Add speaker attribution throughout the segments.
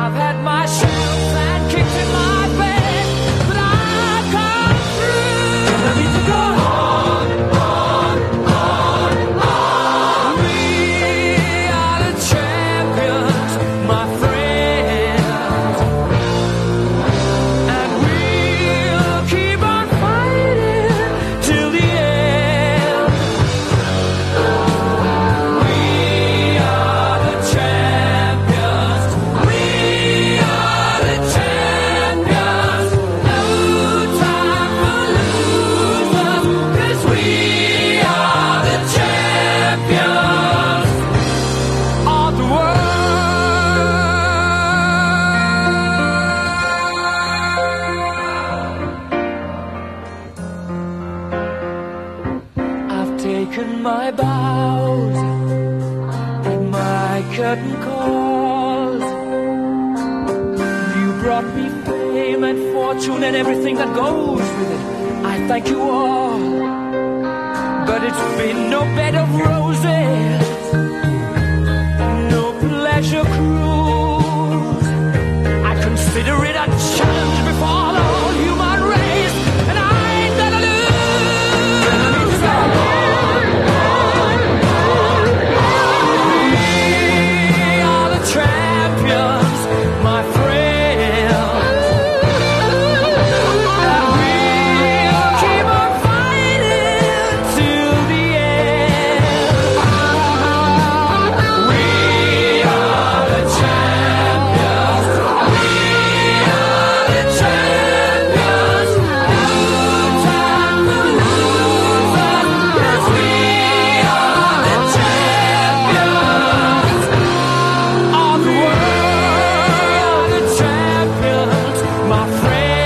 Speaker 1: I've had my shouts and kicks in my bed, but I've come through. I need to go on. We are the champions, my friends, and we'll keep on fighting till the end. We are the champions. We are the champions. No time for losers, 'cause we are the champions of the world. I've taken my bows and my curtain calls. You brought me fame and fortune and everything that goes with it. I thank you all. But it's been no bed of roses, no pleasure cruise. I consider it a challenge before the whole human race, and I ain't gonna lose. We are the champions, my friends. And we'll keep on fighting till the end. We are the champions. We are the champions. No time for losers, 'cause we are the champions. Of the world, the champions, my friends.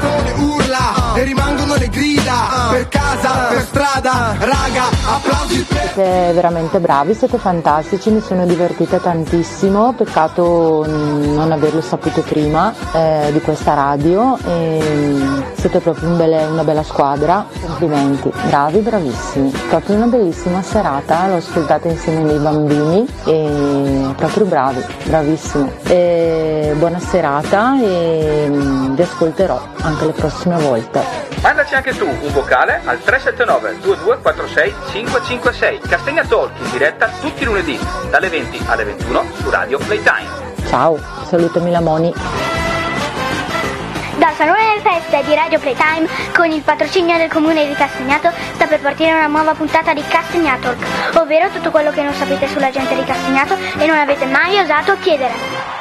Speaker 2: persone urla e rimangono le grida per casa, per strada, raga, applausi per
Speaker 3: Siete veramente bravi, siete fantastici, mi sono divertita tantissimo, peccato mm, non averlo saputo prima eh, di questa radio e mm, siete proprio un belle- una bella squadra, complimenti, bravi, bravissimi, proprio una bellissima serata, l'ho ascoltata insieme ai miei bambini e proprio bravi, bravissimo. E buona serata e mm, vi ascolterò anche le prossime volte.
Speaker 4: Mandaci anche tu un vocale al 379 2246 556. Castagna Talk in diretta tutti i lunedì dalle 20 alle 21 su Radio Playtime.
Speaker 3: Ciao, salutami la Moni.
Speaker 5: Da Salone delle Feste di Radio Playtime, con il patrocinio del comune di Castagnato, sta per partire una nuova puntata di Castagnato, ovvero tutto quello che non sapete sulla gente di Castagnato e non avete mai osato chiedere.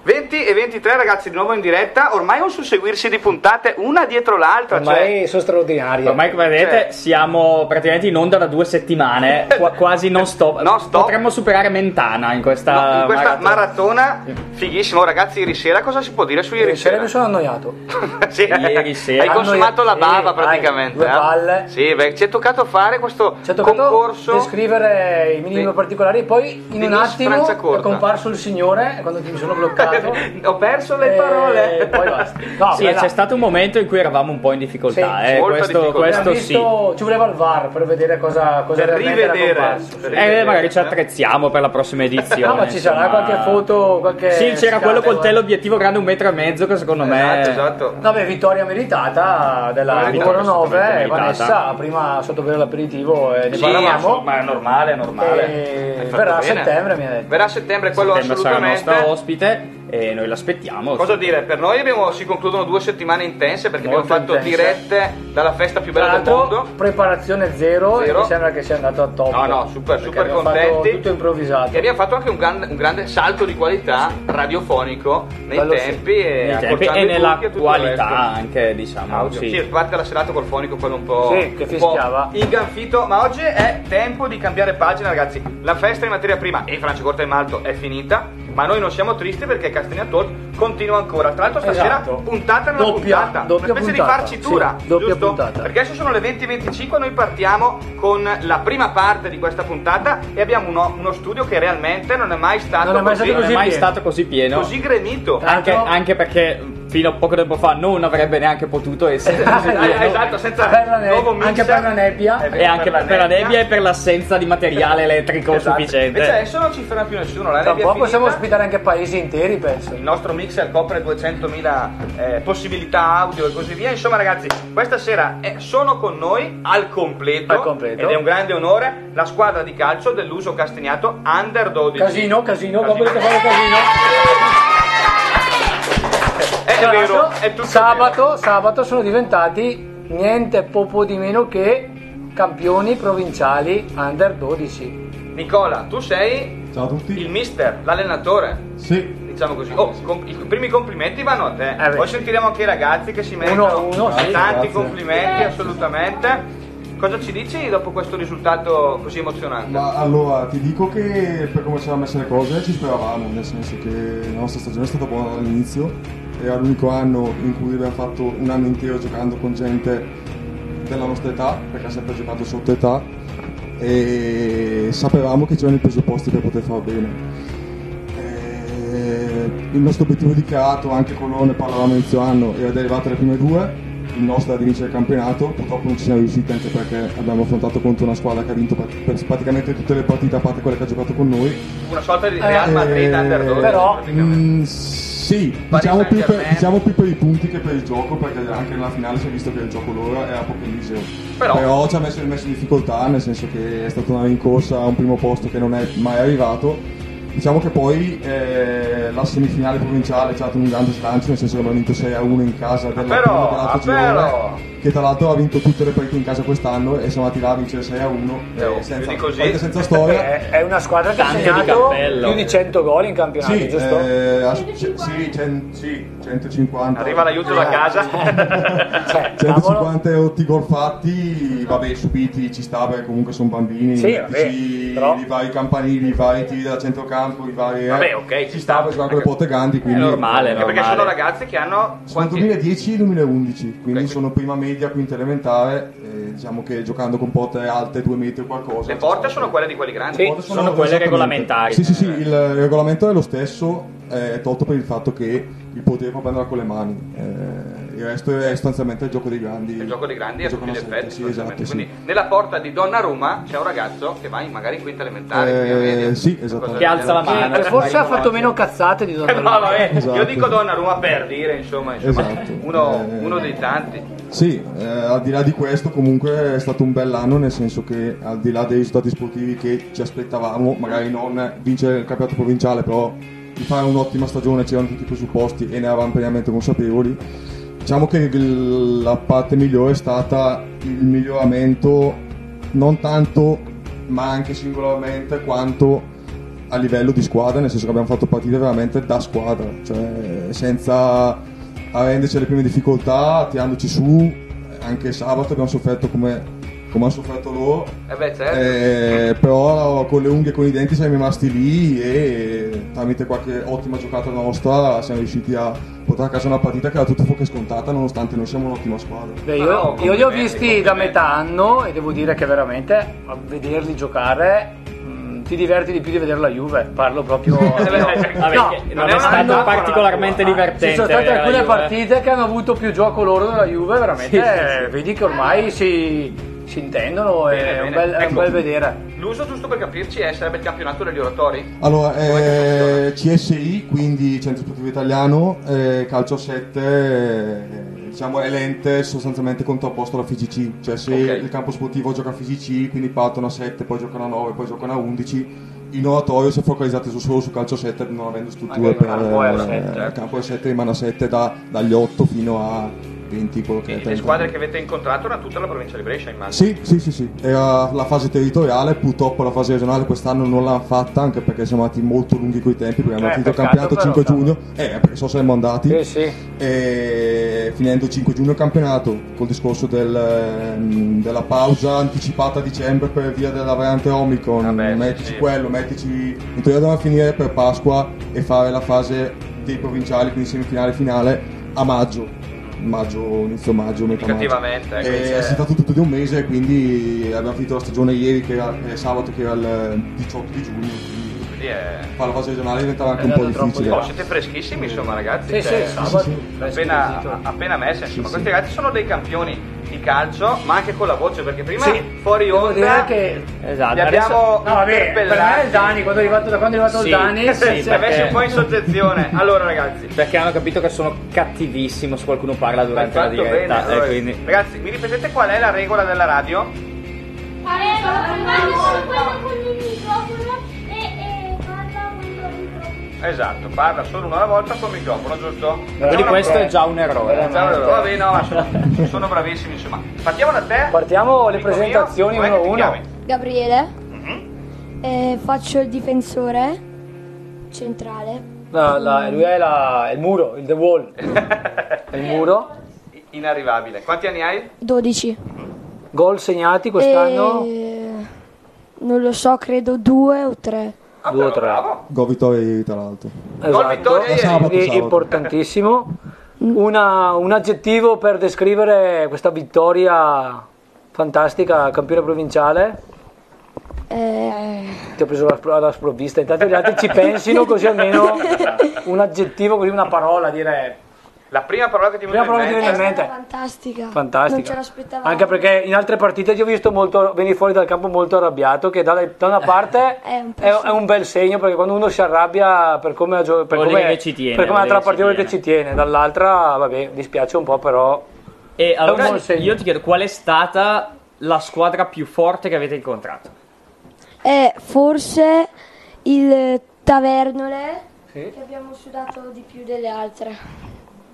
Speaker 4: 20 e 23 ragazzi di nuovo in diretta, ormai un susseguirsi di puntate una dietro l'altra,
Speaker 6: Ormai sono straordinarie.
Speaker 7: Cioè, Ormai come vedete
Speaker 4: Cioè-
Speaker 7: siamo praticamente in onda da due settimane, qua- quasi non stop.
Speaker 4: Non stop.
Speaker 7: Potremmo superare Mentana in questa,
Speaker 6: eh,
Speaker 4: No, in questa
Speaker 7: maratona.
Speaker 4: maratona, fighissimo ragazzi ieri sera cosa si può dire su ieri
Speaker 6: Ieri sera
Speaker 4: sera?
Speaker 6: mi sono annoiato.
Speaker 4: Sì,
Speaker 7: Ieri sera.
Speaker 4: hai consumato la
Speaker 6: Sì,
Speaker 4: bava
Speaker 6: dai,
Speaker 4: praticamente
Speaker 6: due
Speaker 4: eh?
Speaker 6: palle.
Speaker 4: sì beh, ci è toccato fare questo
Speaker 6: Ci è toccato
Speaker 4: concorso
Speaker 6: descrivere i minimi
Speaker 4: Sì.
Speaker 6: particolari e poi in
Speaker 4: Di
Speaker 6: un
Speaker 4: Miss
Speaker 6: attimo
Speaker 4: Francia
Speaker 6: è
Speaker 4: Corta.
Speaker 6: comparso il signore quando mi sono bloccato. Eh,
Speaker 4: ho perso le
Speaker 6: E
Speaker 4: parole
Speaker 6: poi basta. No,
Speaker 7: Sì,
Speaker 6: beh, no.
Speaker 7: c'è stato un momento in cui eravamo un po' in difficoltà.
Speaker 6: esatto. Sì,
Speaker 7: eh,
Speaker 4: molta
Speaker 7: questo
Speaker 4: difficoltà.
Speaker 7: questo
Speaker 6: Abbiamo
Speaker 7: sì.
Speaker 6: visto- Ci voleva il VAR per vedere cosa, cosa
Speaker 4: Per
Speaker 6: realmente era
Speaker 4: rivedere.
Speaker 6: comparso.
Speaker 4: Per-
Speaker 7: Eh, magari ci attrezziamo per la prossima edizione.
Speaker 6: No, ma Esatto, ci sarà
Speaker 7: insomma.
Speaker 6: qualche foto, qualche
Speaker 7: Sì, c'era
Speaker 6: scatto,
Speaker 7: quello col
Speaker 6: eh.
Speaker 7: teleobiettivo grande un metro e mezzo che secondo me...
Speaker 4: esatto, esatto.
Speaker 6: Vabbè, vittoria meritata della
Speaker 7: Vittoria
Speaker 6: numero 9,
Speaker 7: assolutamente
Speaker 6: Vanessa,
Speaker 7: meritata.
Speaker 6: prima sotto bere l'aperitivo e ne
Speaker 4: Sì,
Speaker 6: parlavamo.
Speaker 7: Eh, ma è normale, è normale.
Speaker 6: E
Speaker 4: Hai fatto
Speaker 6: verrà a
Speaker 4: bene.
Speaker 6: settembre, mi ha detto.
Speaker 4: verrà a settembre quello
Speaker 7: Settembre sarà il
Speaker 4: assolutamente
Speaker 7: nostro ospite e noi l'aspettiamo.
Speaker 4: Cosa dire, per noi abbiamo- si concludono due settimane intense perché
Speaker 6: Molto
Speaker 4: abbiamo fatto
Speaker 6: intense.
Speaker 4: dirette dalla festa più
Speaker 6: Tra
Speaker 4: bella del
Speaker 6: l'altro,
Speaker 4: mondo.
Speaker 6: preparazione zero,
Speaker 4: Zero.
Speaker 6: e mi sembra che sia andato a top.
Speaker 4: No, no, super,
Speaker 6: perché
Speaker 4: super
Speaker 6: abbiamo
Speaker 4: contenti.
Speaker 6: Fatto tutto improvvisato.
Speaker 4: E abbiamo fatto anche un, gran- un grande salto di qualità radiofonico nei
Speaker 6: Quello sì.
Speaker 4: tempi e,
Speaker 7: Nei tempi
Speaker 4: accorciando
Speaker 7: e
Speaker 4: i
Speaker 7: nella
Speaker 4: buchi e tutto il
Speaker 7: qualità
Speaker 4: resto.
Speaker 7: anche, diciamo.
Speaker 4: Audio.
Speaker 7: sì.
Speaker 4: Sì, parte la serata col fonico quello un po',
Speaker 6: Sì, che
Speaker 4: un po'
Speaker 6: fischiava.
Speaker 4: inganfito, ma oggi è tempo di cambiare pagina, ragazzi. La festa in materia prima e Francia Corta e Malto è finita, ma noi non siamo tristi perché Castagna Talk continua ancora. Tra l'altro stasera
Speaker 6: Esatto.
Speaker 4: puntata nella
Speaker 6: Doppia-
Speaker 4: puntata,
Speaker 6: doppia
Speaker 4: una specie
Speaker 6: puntata,
Speaker 4: di farcitura,
Speaker 6: sì, doppia
Speaker 4: giusto?
Speaker 6: puntata.
Speaker 4: Perché adesso sono le 20:25, noi partiamo con la prima parte di questa puntata e abbiamo uno, uno studio che realmente non è mai stato
Speaker 6: Non è mai
Speaker 4: così,
Speaker 6: stato
Speaker 7: Non è
Speaker 6: così
Speaker 7: mai
Speaker 6: pieno.
Speaker 7: stato così pieno.
Speaker 4: così gremito.
Speaker 6: Ah,
Speaker 7: Eh, Anche, anche perché fino a poco tempo fa non avrebbe neanche potuto essere
Speaker 6: Ah,
Speaker 7: così
Speaker 4: Eh,
Speaker 7: pieno.
Speaker 4: esatto, senza
Speaker 6: Per la ne-
Speaker 4: nuovo Eh, mix.
Speaker 6: anche per la nebbia.
Speaker 4: È vero,
Speaker 7: E anche per, la nebbia e per l'assenza di materiale elettrico
Speaker 4: Esatto.
Speaker 7: sufficiente.
Speaker 4: Invece adesso non ci ferma più nessuno, la
Speaker 6: Tra un
Speaker 4: nebbia
Speaker 6: po'
Speaker 4: è
Speaker 6: possiamo
Speaker 4: finita.
Speaker 6: ospitare anche paesi interi, penso.
Speaker 4: Il nostro mixer copre 200.000 eh, possibilità audio e così via. Insomma, ragazzi, questa sera eh, sono con noi al completo,
Speaker 6: Al completo.
Speaker 4: ed è un grande onore la squadra di calcio dell'uso castagnato Under 12.
Speaker 6: Casino, casino,
Speaker 4: Casino.
Speaker 6: dopo che fare casino.
Speaker 4: Eh, È,
Speaker 6: Tra
Speaker 4: vero,
Speaker 6: l'altro,
Speaker 4: è tutto
Speaker 6: sabato, sabato sono diventati niente poco di meno che campioni provinciali under 12.
Speaker 4: vero. Nicola, tu sei
Speaker 8: Ciao a tutti.
Speaker 4: il mister, l'allenatore.
Speaker 8: Sì.
Speaker 4: Diciamo così, oh, com- i primi complimenti vanno a te.
Speaker 6: Eh beh.
Speaker 4: Poi sentiremo anche i ragazzi che si
Speaker 6: a
Speaker 4: mettono
Speaker 6: uno, sì,
Speaker 4: tanti
Speaker 8: grazie.
Speaker 4: complimenti, assolutamente. Cosa ci dici dopo questo risultato così emozionante?
Speaker 8: Ma allora ti dico che per come sono messe le cose ci speravamo, nel senso che la nostra stagione è stata buona dall'inizio, era l'unico anno in cui abbiamo fatto un anno intero giocando con gente della nostra età, perché ha sempre giocato sotto età e sapevamo che c'erano i presupposti per poter far bene. Eh, Il nostro obiettivo di creato, anche con loro ne parlavamo inizio anno, era di arrivare alle prime due. Il nostro era di vincere il campionato, purtroppo non ci siamo riusciti anche perché abbiamo affrontato contro una squadra che ha vinto pr- per- praticamente tutte le partite a parte quelle che ha giocato con noi.
Speaker 4: Una sorta di Real
Speaker 8: Eh,
Speaker 4: Madrid under 12
Speaker 6: però,
Speaker 4: praticamente.
Speaker 8: Mm, sì, diciamo più, per, diciamo più per i punti che per il gioco, perché anche nella finale si è visto che il gioco loro era apocalissimo.
Speaker 4: Però-
Speaker 8: ci ha messo, messo in difficoltà, nel senso che è stata una rincorsa a un primo posto che non è mai arrivato. Diciamo che poi eh, la semifinale provinciale ci ha dato un grande slancio, nel senso che abbiamo vinto 6 a 1 in casa della prima
Speaker 4: Però,
Speaker 8: palazzo
Speaker 4: però.
Speaker 8: Girone, che tra l'altro ha vinto tutte le partite in casa quest'anno e siamo andati là a vincere 6 a 1
Speaker 4: Eh, oh, più
Speaker 8: senza,
Speaker 4: di così.
Speaker 8: anche senza storia.
Speaker 6: Eh, È, è una squadra che ha
Speaker 7: Tanto di
Speaker 6: segnato
Speaker 7: cappello.
Speaker 6: più di 100 gol in campionato,
Speaker 8: Sì,
Speaker 6: giusto?
Speaker 8: eh, as- c- sì, cen- sì, 150.
Speaker 4: Arriva l'aiuto da casa.
Speaker 6: Cioè, cavolo.
Speaker 8: 150 otti gol fatti, vabbè, subiti ci sta perché comunque sono bambini.
Speaker 6: Sì,
Speaker 8: mettici
Speaker 6: vabbè, però-
Speaker 8: I vari campanili, i vari tiri da centrocampo, i vari. eh,
Speaker 4: Vabbè, ok, ci
Speaker 8: ci
Speaker 4: sta.
Speaker 8: sta perché sono anche le porte grandi. Quindi
Speaker 7: normale,
Speaker 4: Anche
Speaker 7: no?
Speaker 4: perché sono
Speaker 7: Normale.
Speaker 4: ragazzi che hanno
Speaker 8: Sono
Speaker 4: quanti-
Speaker 8: 2010 2011, quindi
Speaker 4: quindi-
Speaker 8: sono prima media, quinta elementare. e diciamo che giocando con porte alte, 2 metri o qualcosa.
Speaker 4: Le porte
Speaker 8: ci sta-
Speaker 4: sono quelle di quelli grandi.
Speaker 7: Sì. sono quelle
Speaker 8: esattamente.
Speaker 7: regolamentari.
Speaker 8: Sì, sì, sì, il regolamento è lo stesso, eh, è tolto per il fatto che il potere può prenderla con le mani. eh, il resto è sostanzialmente il gioco dei grandi.
Speaker 4: Il gioco dei grandi a
Speaker 8: Il gioco
Speaker 4: tutti gli
Speaker 8: nostro,
Speaker 4: effetti.
Speaker 8: Sì,
Speaker 4: assolutamente.
Speaker 8: esatto, sì.
Speaker 4: Quindi nella porta di Donnarumma c'è un ragazzo che va in- magari in quinta elementare.
Speaker 8: Eh,
Speaker 4: prima media,
Speaker 8: sì,
Speaker 4: qualcosa
Speaker 8: esattamente.
Speaker 4: del
Speaker 7: Che alza la
Speaker 4: genere.
Speaker 7: mano.
Speaker 6: Che forse ha fatto meno cazzate di
Speaker 4: Eh, no,
Speaker 6: Donnarumma.
Speaker 4: vabbè, Io
Speaker 8: Esatto.
Speaker 4: dico Donnarumma per dire, insomma, insomma,
Speaker 8: Esatto.
Speaker 4: uno,
Speaker 8: Eh.
Speaker 4: uno dei tanti.
Speaker 8: Sì, eh, al di là di questo comunque è stato un bell'anno nel senso che al di là dei risultati sportivi che ci aspettavamo, magari non vincere il campionato provinciale, però di fare un'ottima stagione c'erano tutti i presupposti e ne eravamo pienamente consapevoli. Diciamo che il- la parte migliore è stata il miglioramento non tanto ma anche singolarmente quanto a livello di squadra, nel senso che abbiamo fatto partite veramente da squadra, cioè senza arrenderci alle prime difficoltà, tirandoci su, anche sabato abbiamo sofferto come, come hanno sofferto loro,
Speaker 4: Eh beh, certo.
Speaker 8: eh, però con le unghie e con i denti siamo rimasti lì e tramite qualche ottima giocata nostra siamo riusciti a portare a casa una partita che era tutto fuoco e scontata nonostante noi siamo un'ottima squadra.
Speaker 6: Beh,
Speaker 4: No,
Speaker 6: io,
Speaker 4: complimenti,
Speaker 6: io li ho visti da
Speaker 4: complimenti.
Speaker 6: metà anno e devo dire che veramente a vederli giocare mh, ti diverti di più di vedere la Juve. Parlo proprio.
Speaker 7: Vabbè,
Speaker 6: No,
Speaker 7: che
Speaker 4: cioè, non
Speaker 7: non
Speaker 4: è
Speaker 7: è
Speaker 4: una eh,
Speaker 7: stato
Speaker 4: metafora.
Speaker 7: particolarmente divertente. eh,
Speaker 6: Ci sono state
Speaker 7: vedere la
Speaker 6: alcune
Speaker 7: Juve.
Speaker 6: partite che hanno avuto più gioco loro della Juve, veramente. eh,
Speaker 7: Sì, sì, sì.
Speaker 6: Vedi che ormai si, si intendono e
Speaker 4: Bene,
Speaker 6: Oh, è un
Speaker 4: bene.
Speaker 6: bel, è un
Speaker 4: Ecco.
Speaker 6: bel vedere.
Speaker 4: L'uso giusto per capirci è sarebbe il campionato degli oratori.
Speaker 8: Allora,
Speaker 4: Com'è che
Speaker 8: eh, CSI, quindi Centro Sportivo Italiano, eh, calcio a 7, eh, diciamo, è l'ente sostanzialmente contrapposto alla FGC, cioè se
Speaker 4: Ok.
Speaker 8: il campo sportivo gioca a FGC, quindi partono a 7, poi giocano a 9, poi giocano a 11, in oratorio si è focalizzato su- solo su calcio a 7, non avendo strutture
Speaker 6: Anche
Speaker 8: per...
Speaker 6: il campo è a
Speaker 8: eh,
Speaker 6: sette.
Speaker 8: il campo è a 7 rimane a 7 da- dagli 8 fino a 20, quello che
Speaker 4: E
Speaker 8: è.
Speaker 4: le
Speaker 8: 30.
Speaker 4: squadre che avete incontrato erano tutta la provincia di Brescia, immagino.
Speaker 8: Sì, sì, sì, sì, era la fase territoriale, purtroppo la fase regionale quest'anno non l'hanno fatta anche perché siamo andati molto lunghi coi tempi, perché abbiamo
Speaker 6: Eh,
Speaker 8: finito il
Speaker 6: peccato
Speaker 8: campionato 5
Speaker 6: però,
Speaker 8: giugno, eh, perché so se siamo andati,
Speaker 6: Sì, sì.
Speaker 8: e finendo il 5 giugno il campionato, col discorso del, ehm, della pausa anticipata a dicembre per via della variante Omicron,
Speaker 6: Ah,
Speaker 4: Vabbè, sì,
Speaker 8: mettici
Speaker 4: sì.
Speaker 8: quello, mettici... In teoria dovevamo finire per Pasqua e fare la fase tutti i provinciali, quindi semifinale finale, a maggio. Maggio, inizio maggio, metà maggio.
Speaker 4: Indicativamente,
Speaker 8: E
Speaker 4: quindi
Speaker 8: Eh,
Speaker 6: eh.
Speaker 8: è stato tutto di un mese, quindi abbiamo finito la stagione ieri, che era, che è sabato, che era il 18 di giugno. Quindi
Speaker 4: Quindi è...
Speaker 8: fare la fase regionale diventava anche
Speaker 6: È
Speaker 8: un po'
Speaker 6: andato troppo
Speaker 8: difficile.
Speaker 4: Oh, siete freschissimi insomma ragazzi.
Speaker 6: Sì,
Speaker 4: cioè,
Speaker 6: sì, sabato.
Speaker 4: appena,
Speaker 6: fresco,
Speaker 4: a-
Speaker 6: sentito.
Speaker 4: appena messa, insomma, questi ragazzi sono dei campioni di calcio, ma anche con la voce, perché prima
Speaker 6: Sì.
Speaker 4: fuori
Speaker 6: Devo
Speaker 4: onda
Speaker 6: dire che
Speaker 7: Esatto.
Speaker 4: li
Speaker 7: adesso-
Speaker 4: abbiamo
Speaker 6: No, vabbè, per me è il Dani,
Speaker 4: Eh,
Speaker 6: quando è arrivato, da quando è arrivato
Speaker 7: Sì,
Speaker 6: il Dani,
Speaker 7: sì,
Speaker 6: si è
Speaker 7: perché-
Speaker 4: messi un po' in soggezione. Allora ragazzi,
Speaker 7: Perché hanno capito che sono cattivissimo se qualcuno parla
Speaker 4: hai
Speaker 7: durante la
Speaker 4: fatto bene.
Speaker 6: eh,
Speaker 7: diretta.
Speaker 4: allora.
Speaker 7: e quindi...
Speaker 4: Ragazzi, mi ripetete qual è la regola della radio? Esatto, parla solo una alla volta col microfono, giusto?
Speaker 7: Quindi
Speaker 4: Non
Speaker 7: questo
Speaker 4: ancora.
Speaker 7: è già un errore.
Speaker 4: Ciao, allora, Vabbè, no, ma sono, sono bravissimi, insomma. Partiamo da te.
Speaker 6: Partiamo le
Speaker 4: Amico mio,
Speaker 6: presentazioni
Speaker 4: com'è
Speaker 6: uno a
Speaker 4: che ti
Speaker 6: uno.
Speaker 4: chiami?
Speaker 9: Gabriele,
Speaker 6: Mhm.
Speaker 9: eh, faccio il difensore centrale.
Speaker 6: No, la- lui è la- il muro, il The Wall. il muro.
Speaker 4: Inarrivabile. Quanti anni hai?
Speaker 9: 12.
Speaker 6: Gol segnati quest'anno?
Speaker 9: Eh. E- Non lo so, credo due o tre.
Speaker 4: Ah,
Speaker 6: Due o
Speaker 4: però,
Speaker 6: tre.
Speaker 4: bravo.
Speaker 8: Go Vittoria, tra l'altro.
Speaker 4: Gol vittoria ieri.
Speaker 8: Sabato,
Speaker 6: Quindi
Speaker 8: sabato.
Speaker 6: Eh, importantissimo. Una- un aggettivo per descrivere questa vittoria fantastica, campione provinciale.
Speaker 9: Eh,
Speaker 6: Ti ho preso alla, spro- alla sprovvista, intanto gli altri ci pensino così almeno un aggettivo, così una parola dire.
Speaker 4: La prima parola che ti è venuta
Speaker 6: Prima parola
Speaker 4: in
Speaker 6: che ti
Speaker 9: è
Speaker 6: viene
Speaker 4: mente.
Speaker 9: stata
Speaker 6: Veramente.
Speaker 9: fantastica.
Speaker 6: Fantastica.
Speaker 9: Non ce l'aspettavamo.
Speaker 6: Anche perché in altre partite ti ho visto molto, venire fuori dal campo molto arrabbiato, che da, da una parte
Speaker 5: Eh,
Speaker 9: È un po'
Speaker 6: è,
Speaker 9: sì.
Speaker 6: è un bel segno, perché quando uno si arrabbia per come ha gio- per
Speaker 7: Vuol
Speaker 6: come,
Speaker 7: dire che ci tiene,
Speaker 6: per come
Speaker 7: vuol
Speaker 6: l'altra
Speaker 7: dire che ci
Speaker 6: partita vuol dire che ci tiene, dall'altra, vabbè, dispiace un po', però
Speaker 7: E allora
Speaker 6: buon segno.
Speaker 7: io ti chiedo qual è stata la squadra più forte che avete incontrato?
Speaker 9: È forse il tavernole
Speaker 6: Sì.
Speaker 9: che abbiamo sudato di più delle altre.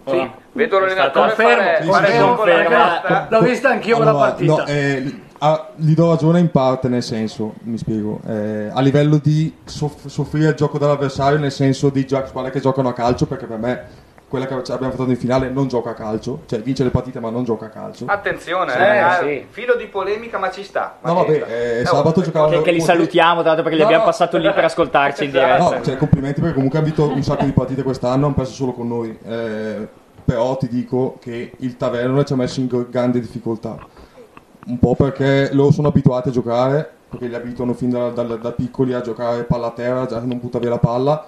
Speaker 6: Sì.
Speaker 4: Vedo l'allenatore
Speaker 7: È stata-
Speaker 4: fare,
Speaker 8: Confermo,
Speaker 4: fare
Speaker 8: confermo.
Speaker 4: gol con la
Speaker 7: Conferma.
Speaker 4: testa.
Speaker 6: L'ho vista anch'io quella
Speaker 8: Allora,
Speaker 6: partita.
Speaker 8: no, eh, li- ah, gli do ragione in parte, nel senso, mi spiego, eh, a livello di soff- soffrire il gioco dell'avversario, nel senso di gio- squadre che giocano a calcio, perché per me quella che abbiamo fatto in finale non gioca a calcio, cioè vince le partite ma non gioca a calcio.
Speaker 4: Attenzione,
Speaker 6: Sì,
Speaker 4: eh, ah,
Speaker 6: sì.
Speaker 4: filo di polemica, ma ci sta. Ma
Speaker 8: No,
Speaker 4: ci
Speaker 8: vabbè,
Speaker 4: sta.
Speaker 8: eh,
Speaker 4: Eh,
Speaker 8: sabato giocavano...
Speaker 7: Che, che li
Speaker 8: Monte-
Speaker 7: salutiamo, tanto perché li
Speaker 8: No,
Speaker 7: abbiamo
Speaker 8: no.
Speaker 7: passato lì per ascoltarci in
Speaker 6: Esatto.
Speaker 7: diretta.
Speaker 8: No, cioè, complimenti perché comunque ha vinto un sacco di partite quest'anno, hanno perso solo con noi. Eh, però ti dico che il Tavernone ci ha messo in gr- grande difficoltà. Un po' perché loro sono abituati a giocare, perché li abituano fin da, dal- da piccoli a giocare palla a terra, già non butta via la palla.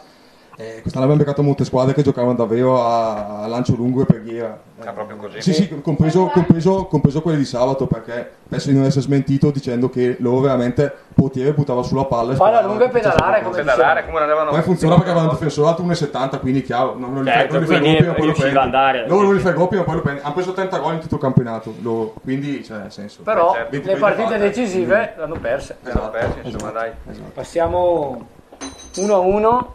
Speaker 8: Eh, quest'anno abbiamo beccato molte squadre che giocavano davvero a, a lancio lungo e preghiera. Eh,
Speaker 4: Ah, proprio così.
Speaker 8: Sì, sì, compreso, compreso, compreso quelle di sabato, perché penso di non essere smentito dicendo che loro veramente potere buttava sulla palla. e
Speaker 6: Palla
Speaker 8: sperava
Speaker 6: lunga e
Speaker 8: che facesse
Speaker 6: pedalare,
Speaker 8: qualcosa.
Speaker 6: come
Speaker 4: Pedalare, come andavano?
Speaker 8: Poi funziona perché avevano un difensore alto 1,70, quindi chiaro, non, non li fai,
Speaker 7: Certo,
Speaker 8: non li fai
Speaker 7: quindi
Speaker 8: gol prima, poi lo prendi.
Speaker 7: riusciva ad andare.
Speaker 8: Loro non li fai gol prima, poi lo prendi. Hanno preso 30 gol in tutto il campionato, loro. quindi cioè, nel senso.
Speaker 6: Però
Speaker 4: certo.
Speaker 6: le
Speaker 8: 20-20
Speaker 6: partite
Speaker 8: fatte.
Speaker 6: decisive Eh, l'hanno perse.
Speaker 4: Siamo persi, insomma, dai.
Speaker 6: Passiamo 1 a 1.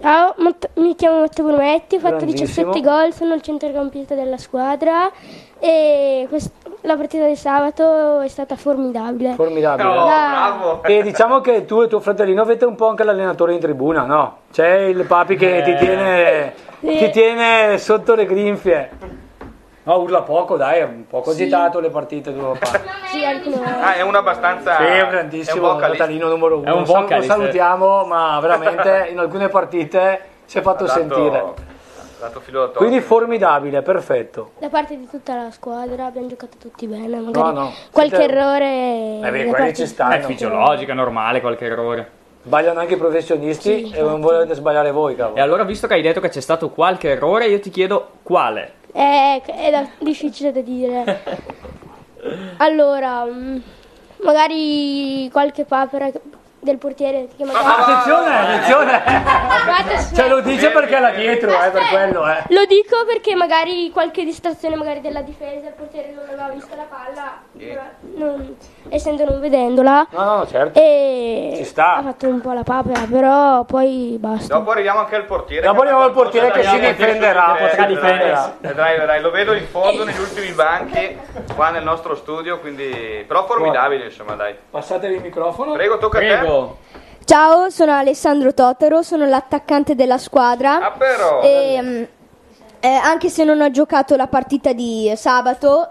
Speaker 5: Ciao, Mont- mi chiamo Matteo Brunetti, ho fatto
Speaker 6: Grandissimo.
Speaker 5: 17 gol, sono il centrocampista della squadra e quest- la partita di sabato è stata formidabile.
Speaker 6: Formidabile.
Speaker 4: No,
Speaker 6: eh.
Speaker 4: bravo.
Speaker 6: E diciamo che tu e tuo fratellino avete un po' anche l'allenatore in tribuna, no? C'è il papi che
Speaker 7: Eh.
Speaker 6: ti tiene ti tiene sotto le grinfie. No, urla poco, dai, è un po' agitato le partite tuo papà.
Speaker 5: Sì, alcune volte.
Speaker 4: Ah, è un abbastanza...
Speaker 6: Sì, è un
Speaker 4: è un
Speaker 6: grandissimo
Speaker 4: vocalist.
Speaker 6: fratellino numero uno.
Speaker 7: È un
Speaker 6: Sal- Lo
Speaker 7: vocalist, eh.
Speaker 6: salutiamo, ma veramente in alcune partite si è fatto
Speaker 4: Ha dato-
Speaker 6: sentire.
Speaker 4: ha dato filo da torto.
Speaker 6: Quindi formidabile, perfetto.
Speaker 5: Da parte di tutta la squadra abbiamo giocato tutti bene, magari
Speaker 6: no,
Speaker 5: qualche
Speaker 6: siete-
Speaker 5: errore.
Speaker 6: Eh
Speaker 5: le
Speaker 6: beh, quelli ci
Speaker 5: partite.
Speaker 6: stanno.
Speaker 7: È fisiologica, normale, qualche errore.
Speaker 6: Sbagliano anche i professionisti
Speaker 5: Sì,
Speaker 6: e non volete sbagliare voi,
Speaker 7: E
Speaker 6: cavolo.
Speaker 7: allora, visto che hai detto che c'è stato qualche errore, io ti chiedo quale.
Speaker 5: Eh, è da- difficile da dire. allora, mm, magari qualche papera del portiere che magari...
Speaker 6: Ah, attenzione, attenzione! Ce lo dice perché è là dietro, eh, per quello, eh.
Speaker 5: Lo dico perché magari qualche distrazione magari della difesa, il portiere non aveva visto la palla, non- essendo non vedendola,
Speaker 6: No, no, certo.
Speaker 5: e
Speaker 6: Ci sta.
Speaker 5: ha fatto un po' la papera, però poi basta.
Speaker 4: Dopo arriviamo anche al portiere.
Speaker 6: Dopo
Speaker 4: che
Speaker 6: arriviamo al
Speaker 4: ha qualcosa
Speaker 6: portiere
Speaker 4: da
Speaker 6: che si
Speaker 4: dire,
Speaker 6: difenderà,
Speaker 4: potrà
Speaker 7: potrà
Speaker 4: Eh, dai,
Speaker 7: difendersi.
Speaker 4: Vedrai, vedrai, lo vedo in fondo negli ultimi banchi qua nel nostro studio, quindi però formidabile, insomma, dai.
Speaker 6: Passatevi il microfono.
Speaker 4: Prego, tocca a te.
Speaker 7: Prego.
Speaker 9: Ciao, sono Alessandro Totaro, sono l'attaccante della squadra.
Speaker 4: Ah, però.
Speaker 9: E, mm, eh, anche se non ho giocato la partita di sabato,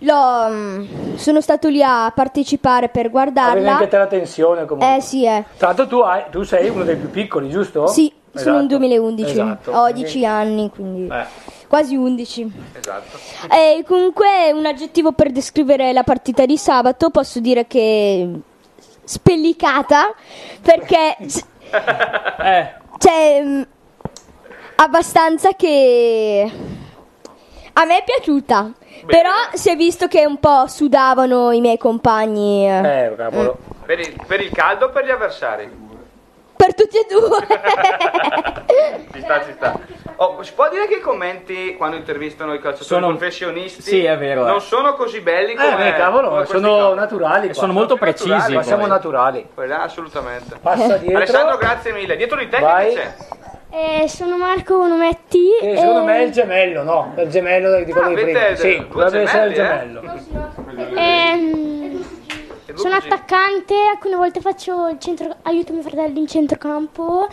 Speaker 9: l'ho, mm, sono stato lì a partecipare per
Speaker 6: Avete anche
Speaker 9: guardarla.
Speaker 6: te la tensione comunque.
Speaker 9: Eh sì, eh.
Speaker 6: Tra l'altro tu, hai- tu sei uno dei più piccoli, giusto?
Speaker 9: Sì. Sono
Speaker 6: Esatto.
Speaker 9: un 2011.
Speaker 6: Esatto.
Speaker 9: Ho 10 anni, quindi
Speaker 6: Eh.
Speaker 9: quasi 11.
Speaker 4: Esatto.
Speaker 9: E comunque un aggettivo per descrivere la partita di sabato posso dire che mm, spellicata perché c-
Speaker 7: Eh,
Speaker 9: c'è mm, abbastanza che a me è piaciuta. Però si è visto che un po' sudavano i miei compagni eh,
Speaker 6: Eh, cavolo.
Speaker 4: Per il, per il caldo o per gli avversari?
Speaker 9: per tutti e due.
Speaker 4: Ci sta, ci sta. Oh, si può dire che i commenti quando intervistano i calciatori
Speaker 7: Sono-
Speaker 4: professionisti
Speaker 7: Sì, è vero, eh.
Speaker 4: non sono così belli
Speaker 6: Eh,
Speaker 4: come,
Speaker 6: beh, cavolo,
Speaker 4: come questi
Speaker 6: sono
Speaker 4: qua.
Speaker 6: naturali. qua.
Speaker 7: sono molto precisi.
Speaker 6: Qua siamo
Speaker 7: poi.
Speaker 6: naturali.
Speaker 4: Quella, assolutamente.
Speaker 6: Passa dietro.
Speaker 4: Alessandro, grazie mille. Dietro di te che
Speaker 6: Vai.
Speaker 4: c'è?
Speaker 5: Eh, sono Marco Bonometti.
Speaker 6: Eh, secondo me è il gemello, no? È il gemello di quello
Speaker 4: Ah,
Speaker 6: di prima.
Speaker 4: avete
Speaker 6: Sì,
Speaker 4: due
Speaker 6: dovrebbe essere il
Speaker 4: gemelli, eh?
Speaker 6: gemello.
Speaker 4: E due
Speaker 5: Ehm, Sono
Speaker 4: cugini.
Speaker 5: attaccante, alcune volte faccio il centro, aiuto mio fratello in centrocampo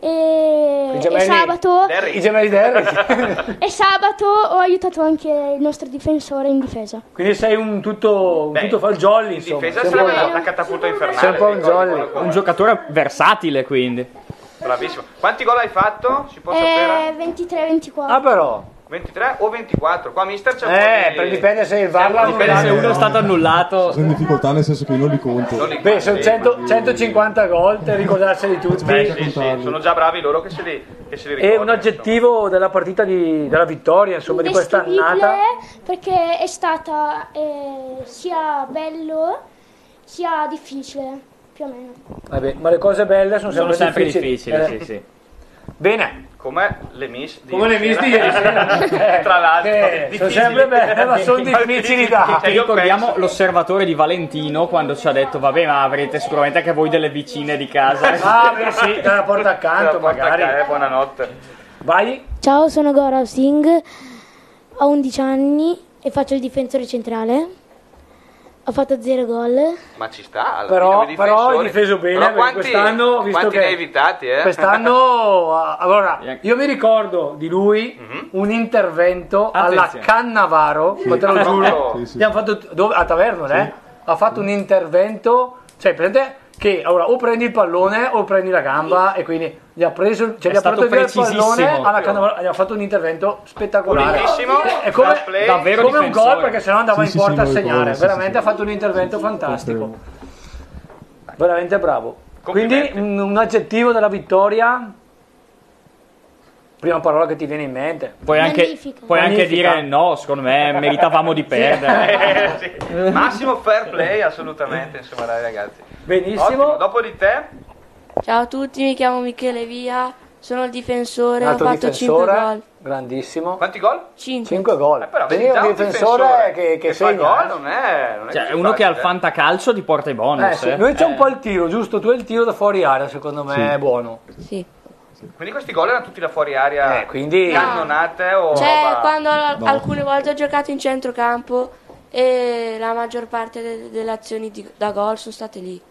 Speaker 5: e,
Speaker 6: I
Speaker 5: e
Speaker 6: gemelli.
Speaker 5: sabato,
Speaker 4: Derry.
Speaker 6: I gemelli di Harry.
Speaker 5: e sabato ho aiutato anche il nostro difensore in difesa.
Speaker 6: Quindi sei un tutto, un
Speaker 4: Beh,
Speaker 6: tutto fa il jolly,
Speaker 4: In
Speaker 6: insomma.
Speaker 4: difesa
Speaker 6: Sei un
Speaker 4: serve
Speaker 6: po'
Speaker 4: la, la catapulta infernale.
Speaker 6: sei un po' un
Speaker 4: ricordi
Speaker 6: jolly.
Speaker 4: quello
Speaker 7: Un
Speaker 4: qua?
Speaker 7: giocatore versatile, quindi.
Speaker 4: Bravissimo. Quanti gol hai fatto?
Speaker 5: Eh.
Speaker 4: Si può sapere?
Speaker 5: 23-24.
Speaker 6: Ah, però.
Speaker 4: 23 o 24? Qua mister c'è un
Speaker 6: Eh,
Speaker 4: po' di...
Speaker 6: per dipende se il VAR l'ha
Speaker 4: Dipende
Speaker 7: Bene, se
Speaker 6: annullato.
Speaker 7: uno è stato
Speaker 8: Sono
Speaker 7: annullato.
Speaker 8: in difficoltà nel senso che io non li conto.
Speaker 4: Non li-
Speaker 6: Beh, sono
Speaker 4: Sì.
Speaker 6: 100 150 gol, te ricordarseli tutti.
Speaker 4: Beh, sì, sì,
Speaker 8: contarli.
Speaker 4: sono già bravi loro che se li, che se li
Speaker 6: E
Speaker 4: ricordano.
Speaker 6: un aggettivo della partita di, della vittoria, insomma, di quest'annata.
Speaker 5: Indescrivibile, perché è stata eh, sia bello sia difficile, più o meno.
Speaker 6: Vabbè, ma le cose belle sono
Speaker 7: Sono
Speaker 6: sempre,
Speaker 7: sempre difficili,
Speaker 6: eh.
Speaker 7: sì, sì.
Speaker 6: Bene.
Speaker 4: Come le miss di
Speaker 6: Come le miss di ieri sera.
Speaker 4: Tra l'altro,
Speaker 6: Eh, sono
Speaker 4: difficili.
Speaker 6: sempre belle, ma sono difficili da...
Speaker 4: Cioè,
Speaker 7: Ti
Speaker 4: io
Speaker 7: ricordiamo
Speaker 4: penso-
Speaker 7: l'osservatore di Valentino quando ci ha detto: Vabbè, ma avrete sicuramente anche voi delle vicine di casa.
Speaker 6: Ah, beh, sì, dalla porta accanto,
Speaker 4: Della porta
Speaker 6: magari.
Speaker 4: ca- eh, buonanotte.
Speaker 6: Vai.
Speaker 5: Ciao, sono Gora Singh, ho 11 anni e faccio il difensore centrale. Ho fatto 0 gol.
Speaker 4: Ma ci sta, alla
Speaker 6: Però-
Speaker 4: fine, come
Speaker 6: però hai
Speaker 4: difensore.
Speaker 6: difeso bene,
Speaker 4: Però
Speaker 6: perché
Speaker 4: quanti,
Speaker 6: quest'anno, visto
Speaker 4: quanti
Speaker 6: che-
Speaker 4: ne hai evitati, eh?
Speaker 6: Quest'anno, ah, allora, io mi ricordo di lui
Speaker 4: Mhm.
Speaker 6: un intervento alla
Speaker 7: Attenzione.
Speaker 6: Cannavaro, ma te lo giuro.
Speaker 4: Sì,
Speaker 8: sì.
Speaker 6: Abbiamo fatto dove- a Taverno, eh? Ha fatto un intervento, cioè prende che allora o prendi il pallone o prendi la gamba e quindi gli ha preso, il- cioè
Speaker 7: È
Speaker 6: gli ha
Speaker 7: stato
Speaker 6: portato via il pallone
Speaker 7: precisissimo.
Speaker 6: alla Cannavaro, gli ha fatto un intervento spettacolare.
Speaker 4: Pulitissimo,
Speaker 6: È come,
Speaker 4: da play.
Speaker 7: Davvero
Speaker 6: come un
Speaker 7: difensore.
Speaker 6: gol perché sennò andava
Speaker 8: Sì,
Speaker 6: in
Speaker 8: sì,
Speaker 6: porta
Speaker 8: sì,
Speaker 6: a
Speaker 8: me lo ricordo,
Speaker 6: segnare.
Speaker 8: sì,
Speaker 6: Veramente
Speaker 8: sì,
Speaker 6: ha
Speaker 8: sì.
Speaker 6: fatto un intervento fantastico.
Speaker 8: Confermo.
Speaker 6: Veramente bravo. Quindi
Speaker 4: Complimenti.
Speaker 6: un, un aggettivo della vittoria. Prima parola che ti viene in mente.
Speaker 7: Puoi anche,
Speaker 5: Magnifico.
Speaker 7: puoi anche
Speaker 6: Magnifica.
Speaker 7: dire: No, secondo me meritavamo di perdere.
Speaker 4: Eh, sì. Massimo fair play, assolutamente, insomma, dai ragazzi.
Speaker 6: Benissimo.
Speaker 4: Ottimo, dopo di te,
Speaker 10: Ciao a tutti, mi chiamo Michele Via, sono il difensore,
Speaker 6: Un
Speaker 10: ho
Speaker 6: altro
Speaker 10: fatto 5
Speaker 6: difensore.
Speaker 10: gol.
Speaker 6: Grandissimo.
Speaker 4: quanti gol?
Speaker 10: 5.
Speaker 6: 5 gol.
Speaker 4: Eh, però, vedi,
Speaker 6: Quindi è
Speaker 4: già
Speaker 6: un difensore, che, che
Speaker 4: fa
Speaker 6: segna.
Speaker 4: gol,
Speaker 6: eh.
Speaker 4: non è, non è
Speaker 7: Cioè,
Speaker 4: così
Speaker 7: uno che al
Speaker 4: facile,
Speaker 7: fantacalcio ti porta i
Speaker 6: Eh,
Speaker 7: bonus.
Speaker 6: sì.
Speaker 7: eh.
Speaker 6: Lui c'è un
Speaker 7: Eh.
Speaker 6: po' il tiro, giusto? Tu hai il tiro da fuori area, secondo me è buono.
Speaker 10: Sì.
Speaker 4: eh. Quindi questi gol erano tutti da fuori aria,
Speaker 6: Eh, quindi
Speaker 4: cannonate
Speaker 6: Oh,
Speaker 4: o
Speaker 10: Cioè,
Speaker 4: roba-
Speaker 10: quando al-
Speaker 8: No.
Speaker 10: alcune volte ho giocato in centrocampo e la maggior parte de- delle azioni di- da gol sono state lì.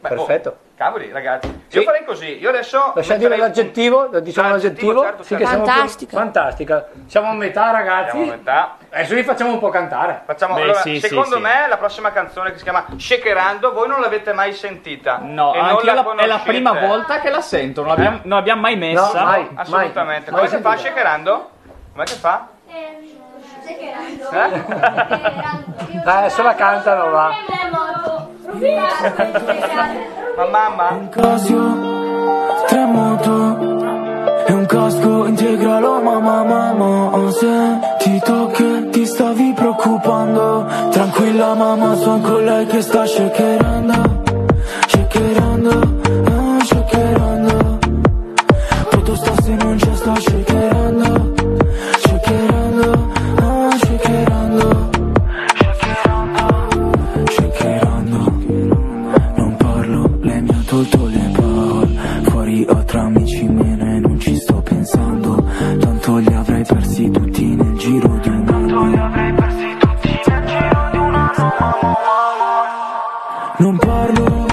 Speaker 4: Beh, oh,
Speaker 6: perfetto.
Speaker 4: cavoli, ragazzi.
Speaker 6: Sì.
Speaker 4: Io farei così, io adesso
Speaker 6: Lasciamo dire
Speaker 4: metterei un-
Speaker 6: l'aggettivo, diciamo
Speaker 4: Ah,
Speaker 6: l'aggettivo.
Speaker 4: certo,
Speaker 6: Sì,
Speaker 4: certo.
Speaker 6: che siamo più-
Speaker 10: Fantastica.
Speaker 6: fantastica. Siamo a metà, ragazzi.
Speaker 4: Andiamo a metà.
Speaker 6: Adesso li facciamo un po' cantare.
Speaker 4: Facciamo,
Speaker 7: Beh,
Speaker 4: allora,
Speaker 7: sì, sì,
Speaker 4: secondo
Speaker 7: sì.
Speaker 4: me la prossima canzone che si chiama Shakerando, voi non l'avete mai sentita.
Speaker 7: No,
Speaker 4: e non
Speaker 7: anch'io la- è la
Speaker 4: conoscete.
Speaker 7: prima volta che la sento, non l'abbiamo, non l'abbiamo mai
Speaker 6: No,
Speaker 7: messa.
Speaker 6: mai, mai.
Speaker 4: Assolutamente.
Speaker 6: Mai
Speaker 4: Come si fa
Speaker 6: sentita.
Speaker 4: shakerando? Come che fa?
Speaker 6: Eh, adesso la cantano, va.
Speaker 4: Ma mamma,
Speaker 11: Casio, tremoto e un casco integralo mamma mamma oh, se ti tocca ti stavi preoccupando tranquilla mamma sono con lei che sta shakerando shakerando ah, shakerando tutto sta se non c'è sta shakerando shakerando ah, shakerando Shakerando Non parlo, lei mi ha tolto le parole Fuori o tra amici me ne non ci sto pensando Tanto li avrei persi tutti nel giro di un anno Tanto li avrei persi tutti nel giro di un anno Non parlo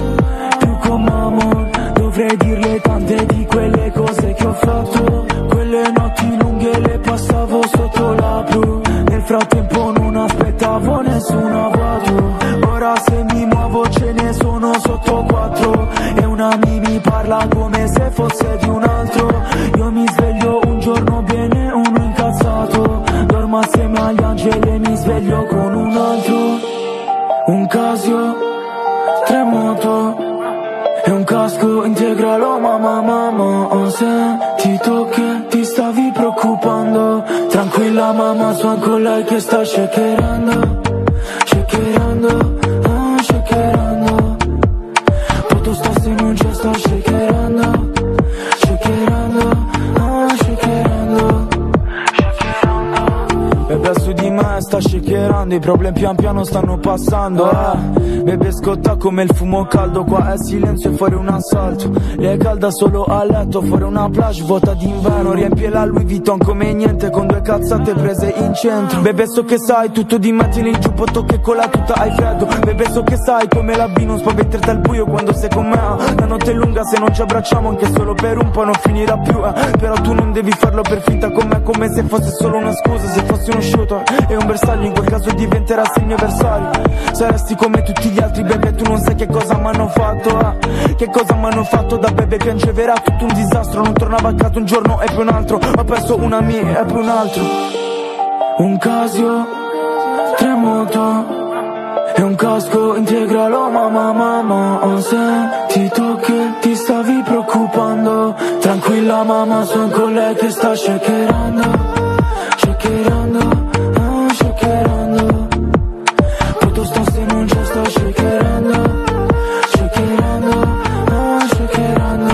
Speaker 11: più con mamma Dovrei dirle tante di quelle cose che ho fatto Quelle notti lunghe le passavo sotto la blu Nel frattempo non aspettavo nessun avvocato Ora se mi muovo ce ne sono sotto quattro E una mi mi parla come se fosse di una ma assieme agli angeli e mi sveglio con un altro Un casio, tremoto e un casco integralo mamma mamma Se ti tocchi ti stavi preoccupando Tranquilla mamma sono con lei che sta shakerando Shakerando, ah shakerando Tutto sta se non c'è sta shakerando Shakerando, ah shakerando Bebe su di me sta shakerando I problemi pian piano stanno passando eh. Bebe scotta come il fumo caldo Qua è silenzio e fuori un assalto Lei è calda solo a letto Fuori una plage vuota d'inverno Riempie la Louis Vuitton come niente Con due cazzate prese in centro Bebe so che sai tutto di me Tieni il giubbotto che con la tuta hai freddo Bebe so che sai come la B Non spaventarti al buio quando sei con me eh. La notte è lunga se non ci abbracciamo Anche solo per un po' non finirà più eh. Però tu non devi farlo per finta con me Come se fosse solo una scusa Se fossi uno shooter e un bersaglio In quel caso diventerassi il mio avversario Saresti come tutti gli altri bebè Tu non sai che cosa mi hanno fatto eh. Che cosa mi hanno fatto da bebè Piangeverà tutto un disastro Non tornava a casa un giorno e poi un altro Ho perso una mia e poi un altro Un casio Tremoto e un casco integralo mamma mamma Se ti tocchi ti stavi preoccupando Tranquilla mamma sono con lei che sta shakerando Shakerando, ah shakerando Tutto sta se non c'è sta shakerando Shakerando, ah shakerando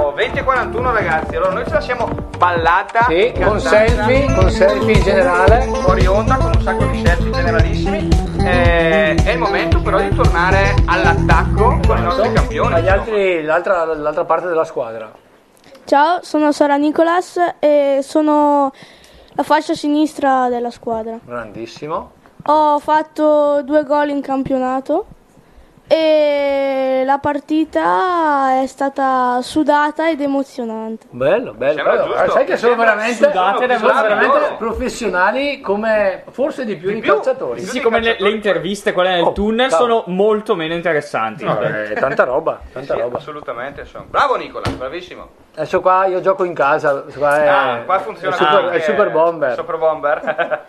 Speaker 4: Oh, 20.41 ragazzi, allora noi ce la siamo ballata
Speaker 6: Sì,
Speaker 4: e
Speaker 6: con
Speaker 4: cantata.
Speaker 6: selfie, con selfie in generale.
Speaker 4: Fuori onda con un sacco di selfie generalissimi. Eh, è il momento però di tornare all'attacco con i nostri campioni.
Speaker 6: Agli altri, l'altra, l'altra parte della squadra.
Speaker 12: Ciao, sono Sara Nicolas e sono la fascia sinistra della squadra.
Speaker 6: Grandissimo.
Speaker 12: Ho fatto due gol in campionato e la partita è stata sudata ed emozionante.
Speaker 6: Bello, bello.
Speaker 4: Sembra
Speaker 6: bello.
Speaker 4: giusto.
Speaker 6: Sai che sono
Speaker 4: Sembra
Speaker 6: veramente,
Speaker 4: sudate
Speaker 6: sono
Speaker 4: da
Speaker 6: veramente
Speaker 4: loro.
Speaker 6: professionali come forse di più di, calciatori.
Speaker 7: Sì, sì, come le, le interviste, quelle nel tunnel,
Speaker 6: cavolo.
Speaker 7: sono molto meno interessanti.
Speaker 6: No, eh, tanta roba, tanta
Speaker 4: Sì,
Speaker 6: roba.
Speaker 4: Assolutamente, insomma. Bravo Nicola, bravissimo.
Speaker 6: Adesso qua io gioco in casa, questo qua è,
Speaker 4: Ah, qua funziona
Speaker 6: è super,
Speaker 4: anche
Speaker 6: è super bomber.
Speaker 4: Super bomber.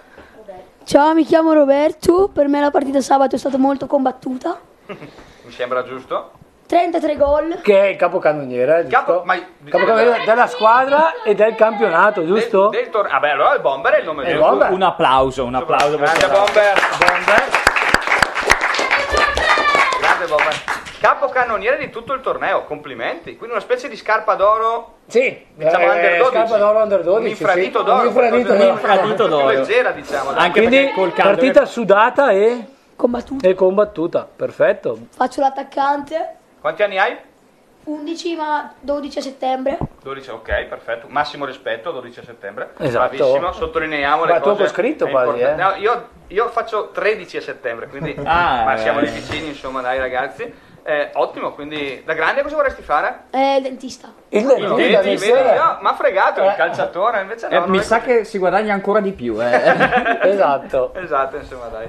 Speaker 13: Ciao, mi chiamo Roberto. Per me la partita sabato è stata molto combattuta.
Speaker 4: Mi sembra giusto.
Speaker 13: 33 gol.
Speaker 6: Che è il capocannoniere, giusto? Capocannoniere della squadra e del
Speaker 4: Eh,
Speaker 6: campionato, giusto?
Speaker 4: Del tor- ah, beh, allora il bomber è il nome
Speaker 6: È il
Speaker 4: giusto.
Speaker 6: bomber.
Speaker 7: Eh, Un applauso, un applauso. per
Speaker 4: Grande
Speaker 7: Sara.
Speaker 4: bomber. Grande bomber. Capocannoniere di tutto il torneo, complimenti. Quindi una specie di scarpa d'oro.
Speaker 6: Sì,
Speaker 4: diciamo
Speaker 6: eh,
Speaker 4: under 12.
Speaker 6: scarpa d'oro under 12,
Speaker 4: Un infradito
Speaker 6: sì.
Speaker 4: d'oro.
Speaker 6: Un infradito
Speaker 4: qualcosa di-
Speaker 6: d'oro. Un infradito
Speaker 4: più
Speaker 6: d'oro.
Speaker 4: leggera, diciamo. dai.
Speaker 6: Quindi partita sudata e
Speaker 13: combattuta.
Speaker 6: E combattuta, perfetto.
Speaker 13: Faccio l'attaccante.
Speaker 4: Quanti anni hai?
Speaker 13: 11 ma 12 a settembre.
Speaker 4: 12, ok, perfetto. Massimo rispetto, 12 settembre.
Speaker 6: Esatto.
Speaker 4: Bravissimo, sottolineiamo le
Speaker 6: Ma tu
Speaker 4: cose.
Speaker 6: ho scritto quasi,
Speaker 4: importanti.
Speaker 6: eh.
Speaker 4: No, io, io faccio 13 a settembre, quindi
Speaker 6: Ah,
Speaker 4: ma siamo
Speaker 6: eh.
Speaker 4: lì vicini, insomma, dai ragazzi. Eh, ottimo, quindi da grande cosa vorresti fare?
Speaker 13: È il dentista.
Speaker 6: Il Eh.
Speaker 4: Vedi, vedi, no, ma fregato il calciatore, invece no.
Speaker 7: Eh,
Speaker 4: non
Speaker 7: mi
Speaker 4: è
Speaker 7: sa che si guadagna ancora di più. Eh.
Speaker 6: esatto.
Speaker 4: Esatto, insomma, dai.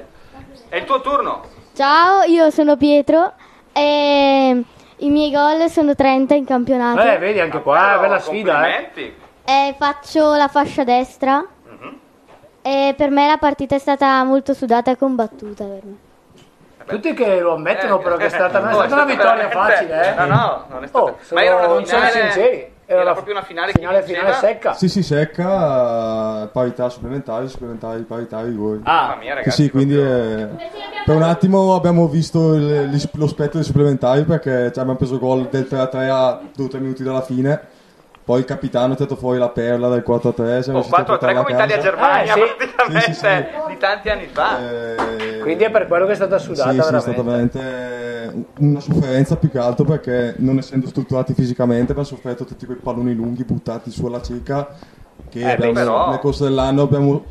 Speaker 4: È il tuo turno.
Speaker 14: Ciao, io sono Pietro e i miei gol sono 30 in campionato.
Speaker 6: Eh, vedi anche qua, bella sfida, eh.
Speaker 4: Complimenti.
Speaker 14: E faccio la fascia destra
Speaker 6: Mhm.
Speaker 14: e per me la partita è stata molto sudata e combattuta per me.
Speaker 6: Tutti che lo ammettono però che è stata, non è
Speaker 4: Oh,
Speaker 6: stata una
Speaker 4: è
Speaker 6: vittoria
Speaker 4: veramente-
Speaker 6: facile, eh.
Speaker 4: No, no, non è stata.
Speaker 6: Oh, sono-
Speaker 4: ma era una
Speaker 6: non sono
Speaker 4: finale.
Speaker 6: sinceri.
Speaker 4: Era,
Speaker 6: Era una-
Speaker 4: proprio una finale,
Speaker 6: finale-
Speaker 4: che
Speaker 6: finale
Speaker 4: vinceva-
Speaker 6: secca.
Speaker 8: Sì, sì, secca, parità supplementari, supplementari, parità di voi.
Speaker 4: Ah. Mamma mia, ragazzi,
Speaker 8: Sì, sì, quindi eh, per un attimo abbiamo visto il- gli- lo spettro dei supplementari perché cioè, abbiamo preso gol del 3-3 a 2-3 minuti dalla fine. Poi il capitano ha tirato fuori la perla del 4-3. siamo
Speaker 4: Oh,
Speaker 8: riusciti a
Speaker 4: 4 3
Speaker 8: portarla a
Speaker 4: come Italia-Germania,
Speaker 6: Eh, sì.
Speaker 4: praticamente di tanti anni fa.
Speaker 6: Quindi è per quello che è stata
Speaker 8: casa.
Speaker 6: sudata
Speaker 8: Sì, sì, è
Speaker 6: veramente.
Speaker 8: stata veramente una sofferenza più che altro perché non essendo strutturati fisicamente abbiamo sofferto tutti quei palloni lunghi buttati su alla cieca che
Speaker 4: Eh, beh,
Speaker 8: abbiamo-
Speaker 4: però-
Speaker 8: nel corso dell'anno abbiamo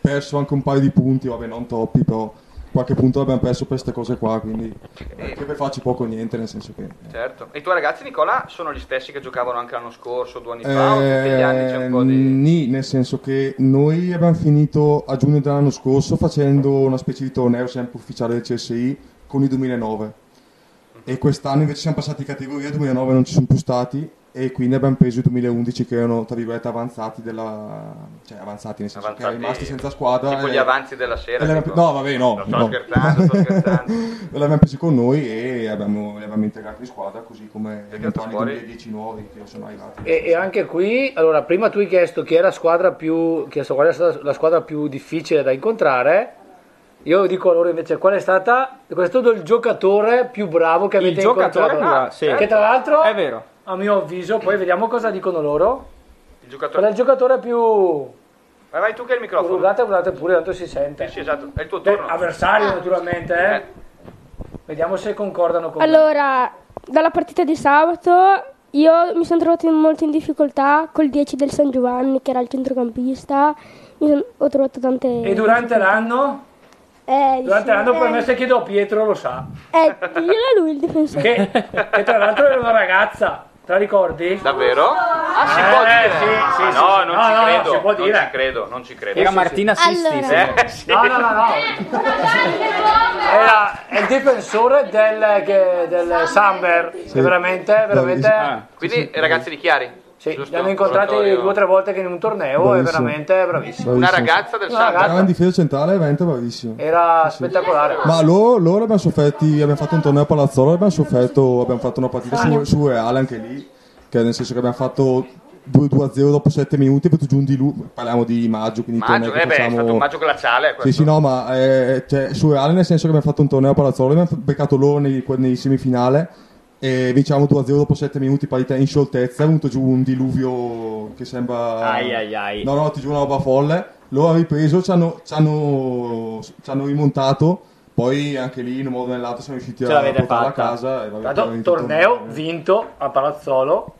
Speaker 8: perso anche un paio di punti, vabbè non troppi però qualche punto l'abbiamo perso per queste cose qua quindi
Speaker 4: Eh.
Speaker 8: anche per farci poco o niente nel senso che
Speaker 4: Certo. E i tuoi ragazzi, Nicola, sono gli stessi che giocavano anche l'anno scorso, due anni
Speaker 8: Eh,
Speaker 4: fa, o tutti gli anni c'è un po' di...
Speaker 8: Nì, Ehm, nel senso che noi abbiamo finito a giugno dell'anno scorso facendo una specie di torneo sempre ufficiale del CSI con i 2009. e quest'anno invece siamo passati in categoria, 2009 non ci sono più stati e quindi abbiamo preso i 2011 che erano tra virgolette avanzati della cioè avanzati nel senso che
Speaker 4: Avanzati-
Speaker 8: è rimasti senza squadra
Speaker 4: Tipo
Speaker 8: e-
Speaker 4: gli avanzi della
Speaker 8: e
Speaker 4: sera.
Speaker 8: l'abbiamo-
Speaker 4: tipo.
Speaker 8: no vabbè no,
Speaker 4: Sto
Speaker 8: no.
Speaker 4: scherzando, sto scherzando.
Speaker 8: E l'abbiamo presi con noi e abbiamo, li abbiamo integrati in squadra così come eventuali
Speaker 6: fuori?
Speaker 8: 2010 nuovi che sono arrivati
Speaker 6: E, e anche qui, allora, prima tu hai chiesto chi è la squadra più, chi è stata- qual è stata la squadra più difficile da incontrare. Io dico allora invece qual è stata qual è stato il giocatore più bravo che avete
Speaker 7: giocatore
Speaker 6: incontrato?
Speaker 7: più bravo, sì.
Speaker 6: Che tra l'altro
Speaker 7: È vero.
Speaker 6: a mio avviso, poi vediamo cosa dicono loro.
Speaker 4: Il giocatore.
Speaker 6: Qual è il giocatore più
Speaker 4: Vai, vai tu che hai il microfono.
Speaker 6: urlate urlate pure, tanto si sente.
Speaker 4: Sì, esatto, è il tuo turno. Ah.
Speaker 6: Avversario naturalmente, eh. Vediamo se concordano con me.
Speaker 15: Allora, dalla partita di sabato io mi sono trovato in- molto in difficoltà col 10 del San Giovanni, che era il centrocampista. Mi son- ho trovato tante.
Speaker 6: E durante l'anno?
Speaker 15: Eh,
Speaker 6: Durante
Speaker 15: sì,
Speaker 6: l'anno, per
Speaker 15: eh,
Speaker 6: me, se chiedo a Pietro lo sa.
Speaker 15: Eh, diglielo a lui il difensore.
Speaker 6: Che, che tra l'altro era una ragazza, te la ricordi?
Speaker 4: Davvero? Ah, si
Speaker 6: Eh,
Speaker 4: può dire?
Speaker 6: sì, sì,
Speaker 4: Ah,
Speaker 6: sì,
Speaker 4: no,
Speaker 6: sì.
Speaker 4: non
Speaker 6: No,
Speaker 4: ci
Speaker 6: no, no,
Speaker 4: credo.
Speaker 6: si può
Speaker 4: non
Speaker 6: dire.
Speaker 4: ci credo, non ci credo.
Speaker 6: Era Martina Sisti, Allora. sì.
Speaker 4: Eh, sì.
Speaker 6: No, no, no, no. Era è il difensore del, che- del Summer, che veramente, veramente...
Speaker 4: Quindi, ragazzi di Chiari?
Speaker 6: Sì, li hanno incontrati due o tre volte che in un torneo e
Speaker 8: Bravissimo.
Speaker 6: veramente bravissimo.
Speaker 8: Una Bravissimo. ragazza
Speaker 6: del
Speaker 8: era in difesa centrale Vento bravissimo
Speaker 6: Era spettacolare.
Speaker 8: ma loro, loro abbiamo sofferti abbiamo fatto un torneo a Palazzolo abbiamo sofferto abbiamo fatto una partita su, su Reale anche lì che nel senso che abbiamo fatto 2-2-0 dopo 7 minuti per giù di lui parliamo di maggio quindi
Speaker 4: Maggio,
Speaker 8: torneo che
Speaker 4: eh beh, è
Speaker 8: facciamo
Speaker 4: stato un maggio glaciale questo.
Speaker 8: Sì, sì, no, ma eh, cioè, surreale nel senso che abbiamo fatto un torneo a Palazzolo, abbiamo beccato loro nei, nei semifinale e vinciamo 2-0 dopo 7 minuti partita in scioltezza, è venuto giù un diluvio che sembra...
Speaker 7: Ai, ai, ai.
Speaker 8: No, no, ti giuro una roba folle. Loro hanno ripreso, ci hanno, ci hanno- ci hanno rimontato, poi anche lì in un modo o nell'altro siamo riusciti
Speaker 6: Ce
Speaker 8: a
Speaker 6: l'avete
Speaker 8: portarla a
Speaker 6: fatta.
Speaker 8: casa. E vabbè,
Speaker 6: Tanto,
Speaker 8: veramente un
Speaker 6: torneo vinto a Palazzolo.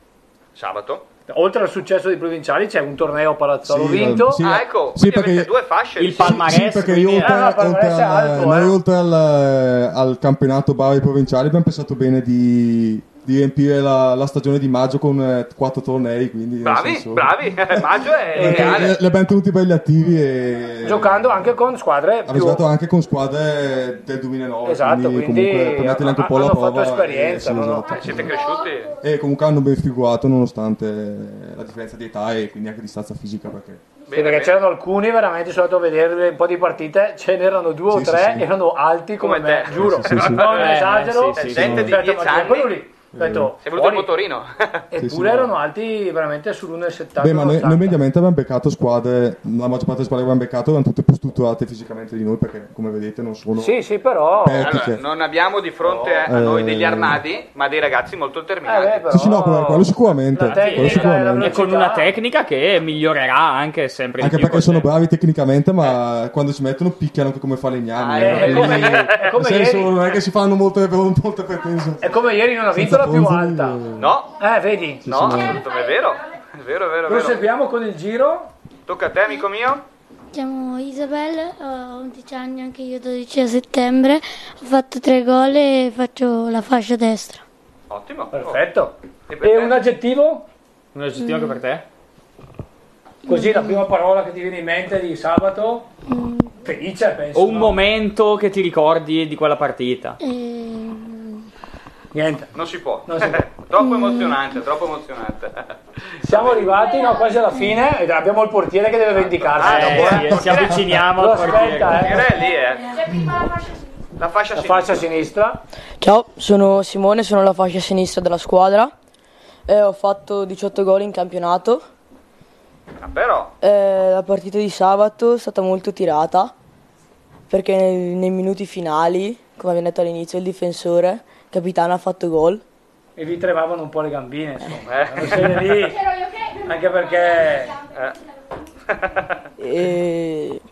Speaker 4: Sabato.
Speaker 6: Oltre al successo dei provinciali c'è un torneo a Palazzolo
Speaker 8: Sì,
Speaker 6: vinto.
Speaker 8: sì, Ah, ecco, sì, quindi perché- avete
Speaker 4: due fasce.
Speaker 6: Il
Speaker 8: Sì, perché io oltre,
Speaker 6: Ah, no, il palmarès
Speaker 8: oltre
Speaker 6: è
Speaker 8: al,
Speaker 6: alto,
Speaker 8: noi
Speaker 6: eh.
Speaker 8: oltre al, eh, al campionato Bari provinciali abbiamo pensato bene di, di riempire la, la stagione di maggio con eh, quattro tornei. Quindi, nel
Speaker 4: Bravi,
Speaker 8: senso-
Speaker 4: bravi. Eh, Maggio è
Speaker 6: Eh,
Speaker 8: Perché
Speaker 4: ideale.
Speaker 8: le- le abbiamo tenuti belli attivi e
Speaker 6: Giocando anche con squadre
Speaker 8: abbiamo
Speaker 6: più...
Speaker 8: giocato anche con squadre del 2009.
Speaker 6: Esatto,
Speaker 8: quindi,
Speaker 6: quindi
Speaker 8: comunque per metterle anche un po' alla
Speaker 6: hanno
Speaker 8: prova.
Speaker 6: fatto esperienza,
Speaker 8: eh, sì,
Speaker 6: no, no.
Speaker 8: esatto.
Speaker 4: Siete cresciuti?
Speaker 8: E comunque hanno ben figurato nonostante la differenza di età e quindi anche di stazza fisica perché
Speaker 6: Sì, perché c'erano alcuni veramente, sono andato a vedere un po' di partite, ce n'erano due o
Speaker 8: Sì, sì,
Speaker 6: tre,
Speaker 8: sì.
Speaker 6: erano alti come,
Speaker 4: Come te.
Speaker 6: me, giuro.
Speaker 4: Sì, sì, sì.
Speaker 6: Non
Speaker 4: Eh,
Speaker 6: esagero.
Speaker 4: sì, sì, Gente sì. di
Speaker 6: Ho detto,
Speaker 4: 10
Speaker 6: ma
Speaker 4: anni. Mm.
Speaker 6: quello lì. Ho detto,
Speaker 4: Sei voluto il
Speaker 6: fuori.
Speaker 4: motorino.
Speaker 6: Eppure
Speaker 8: sì,
Speaker 6: erano alti veramente sull'1,70.
Speaker 8: Beh, ma noi, noi mediamente abbiamo beccato squadre, la maggior parte delle squadre che abbiamo beccato erano tutte più strutturate fisicamente di noi perché come vedete non sono...
Speaker 6: Sì, sì, però...
Speaker 8: Pertiche.
Speaker 4: Allora, non abbiamo di fronte a noi degli
Speaker 8: Eh.
Speaker 4: armadi, ma dei ragazzi molto
Speaker 6: Eh,
Speaker 4: determinati.
Speaker 8: Sì, sì, no, quello, quello sicuramente. quello sicuramente.
Speaker 7: e con una tecnica che migliorerà anche sempre
Speaker 8: Anche
Speaker 7: di più.
Speaker 8: perché sono bravi tecnicamente, ma quando si mettono picchiano anche come falegnami.
Speaker 6: Ah, eh,
Speaker 8: no?
Speaker 6: è come-
Speaker 8: Quindi,
Speaker 6: è come
Speaker 8: nel senso,
Speaker 6: ieri.
Speaker 8: non è che si fanno molte, molte pretese.
Speaker 6: È come ieri non ha vinto
Speaker 8: Senza
Speaker 6: la più
Speaker 8: Ponzi,
Speaker 6: alta.
Speaker 4: No.
Speaker 6: Eh, vedi?
Speaker 4: No, è vero, è vero, è vero. è vero.
Speaker 6: Proseguiamo con il giro.
Speaker 4: Tocca a te, amico mio.
Speaker 16: Mi chiamo Isabel, ho 11 anni, anche io 12 a settembre, ho fatto tre gol e faccio la fascia destra.
Speaker 4: Ottimo.
Speaker 6: Perfetto. E un aggettivo?
Speaker 7: Un aggettivo anche per te?
Speaker 6: Così la prima parola che ti viene in mente di sabato? Felice, penso.
Speaker 7: O un
Speaker 6: no?
Speaker 7: momento che ti ricordi di quella partita.
Speaker 6: Niente.
Speaker 4: Non si può.
Speaker 6: Non si può.
Speaker 4: troppo emozionante, troppo emozionante.
Speaker 6: Siamo arrivati no, quasi alla fine e abbiamo il portiere che deve vendicarsi.
Speaker 4: Ah,
Speaker 6: dopo,
Speaker 4: sì,
Speaker 6: eh.
Speaker 4: ci avviciniamo
Speaker 6: Lo
Speaker 4: al portiere.
Speaker 6: aspetta, eh.
Speaker 4: Direi lì, eh. La fascia
Speaker 6: La faccia a sinistra.
Speaker 17: Ciao, sono Simone, sono la fascia sinistra della squadra. Eh, ho fatto 18 gol in campionato.
Speaker 4: Ah, però.
Speaker 17: Eh, la partita di sabato è stata molto tirata perché nel- nei minuti finali, come abbiamo detto all'inizio, il difensore, il capitano, ha fatto gol.
Speaker 6: E vi tremavano un po' le gambine, insomma. Quando siete lì. Anche perché... Eh.
Speaker 17: E...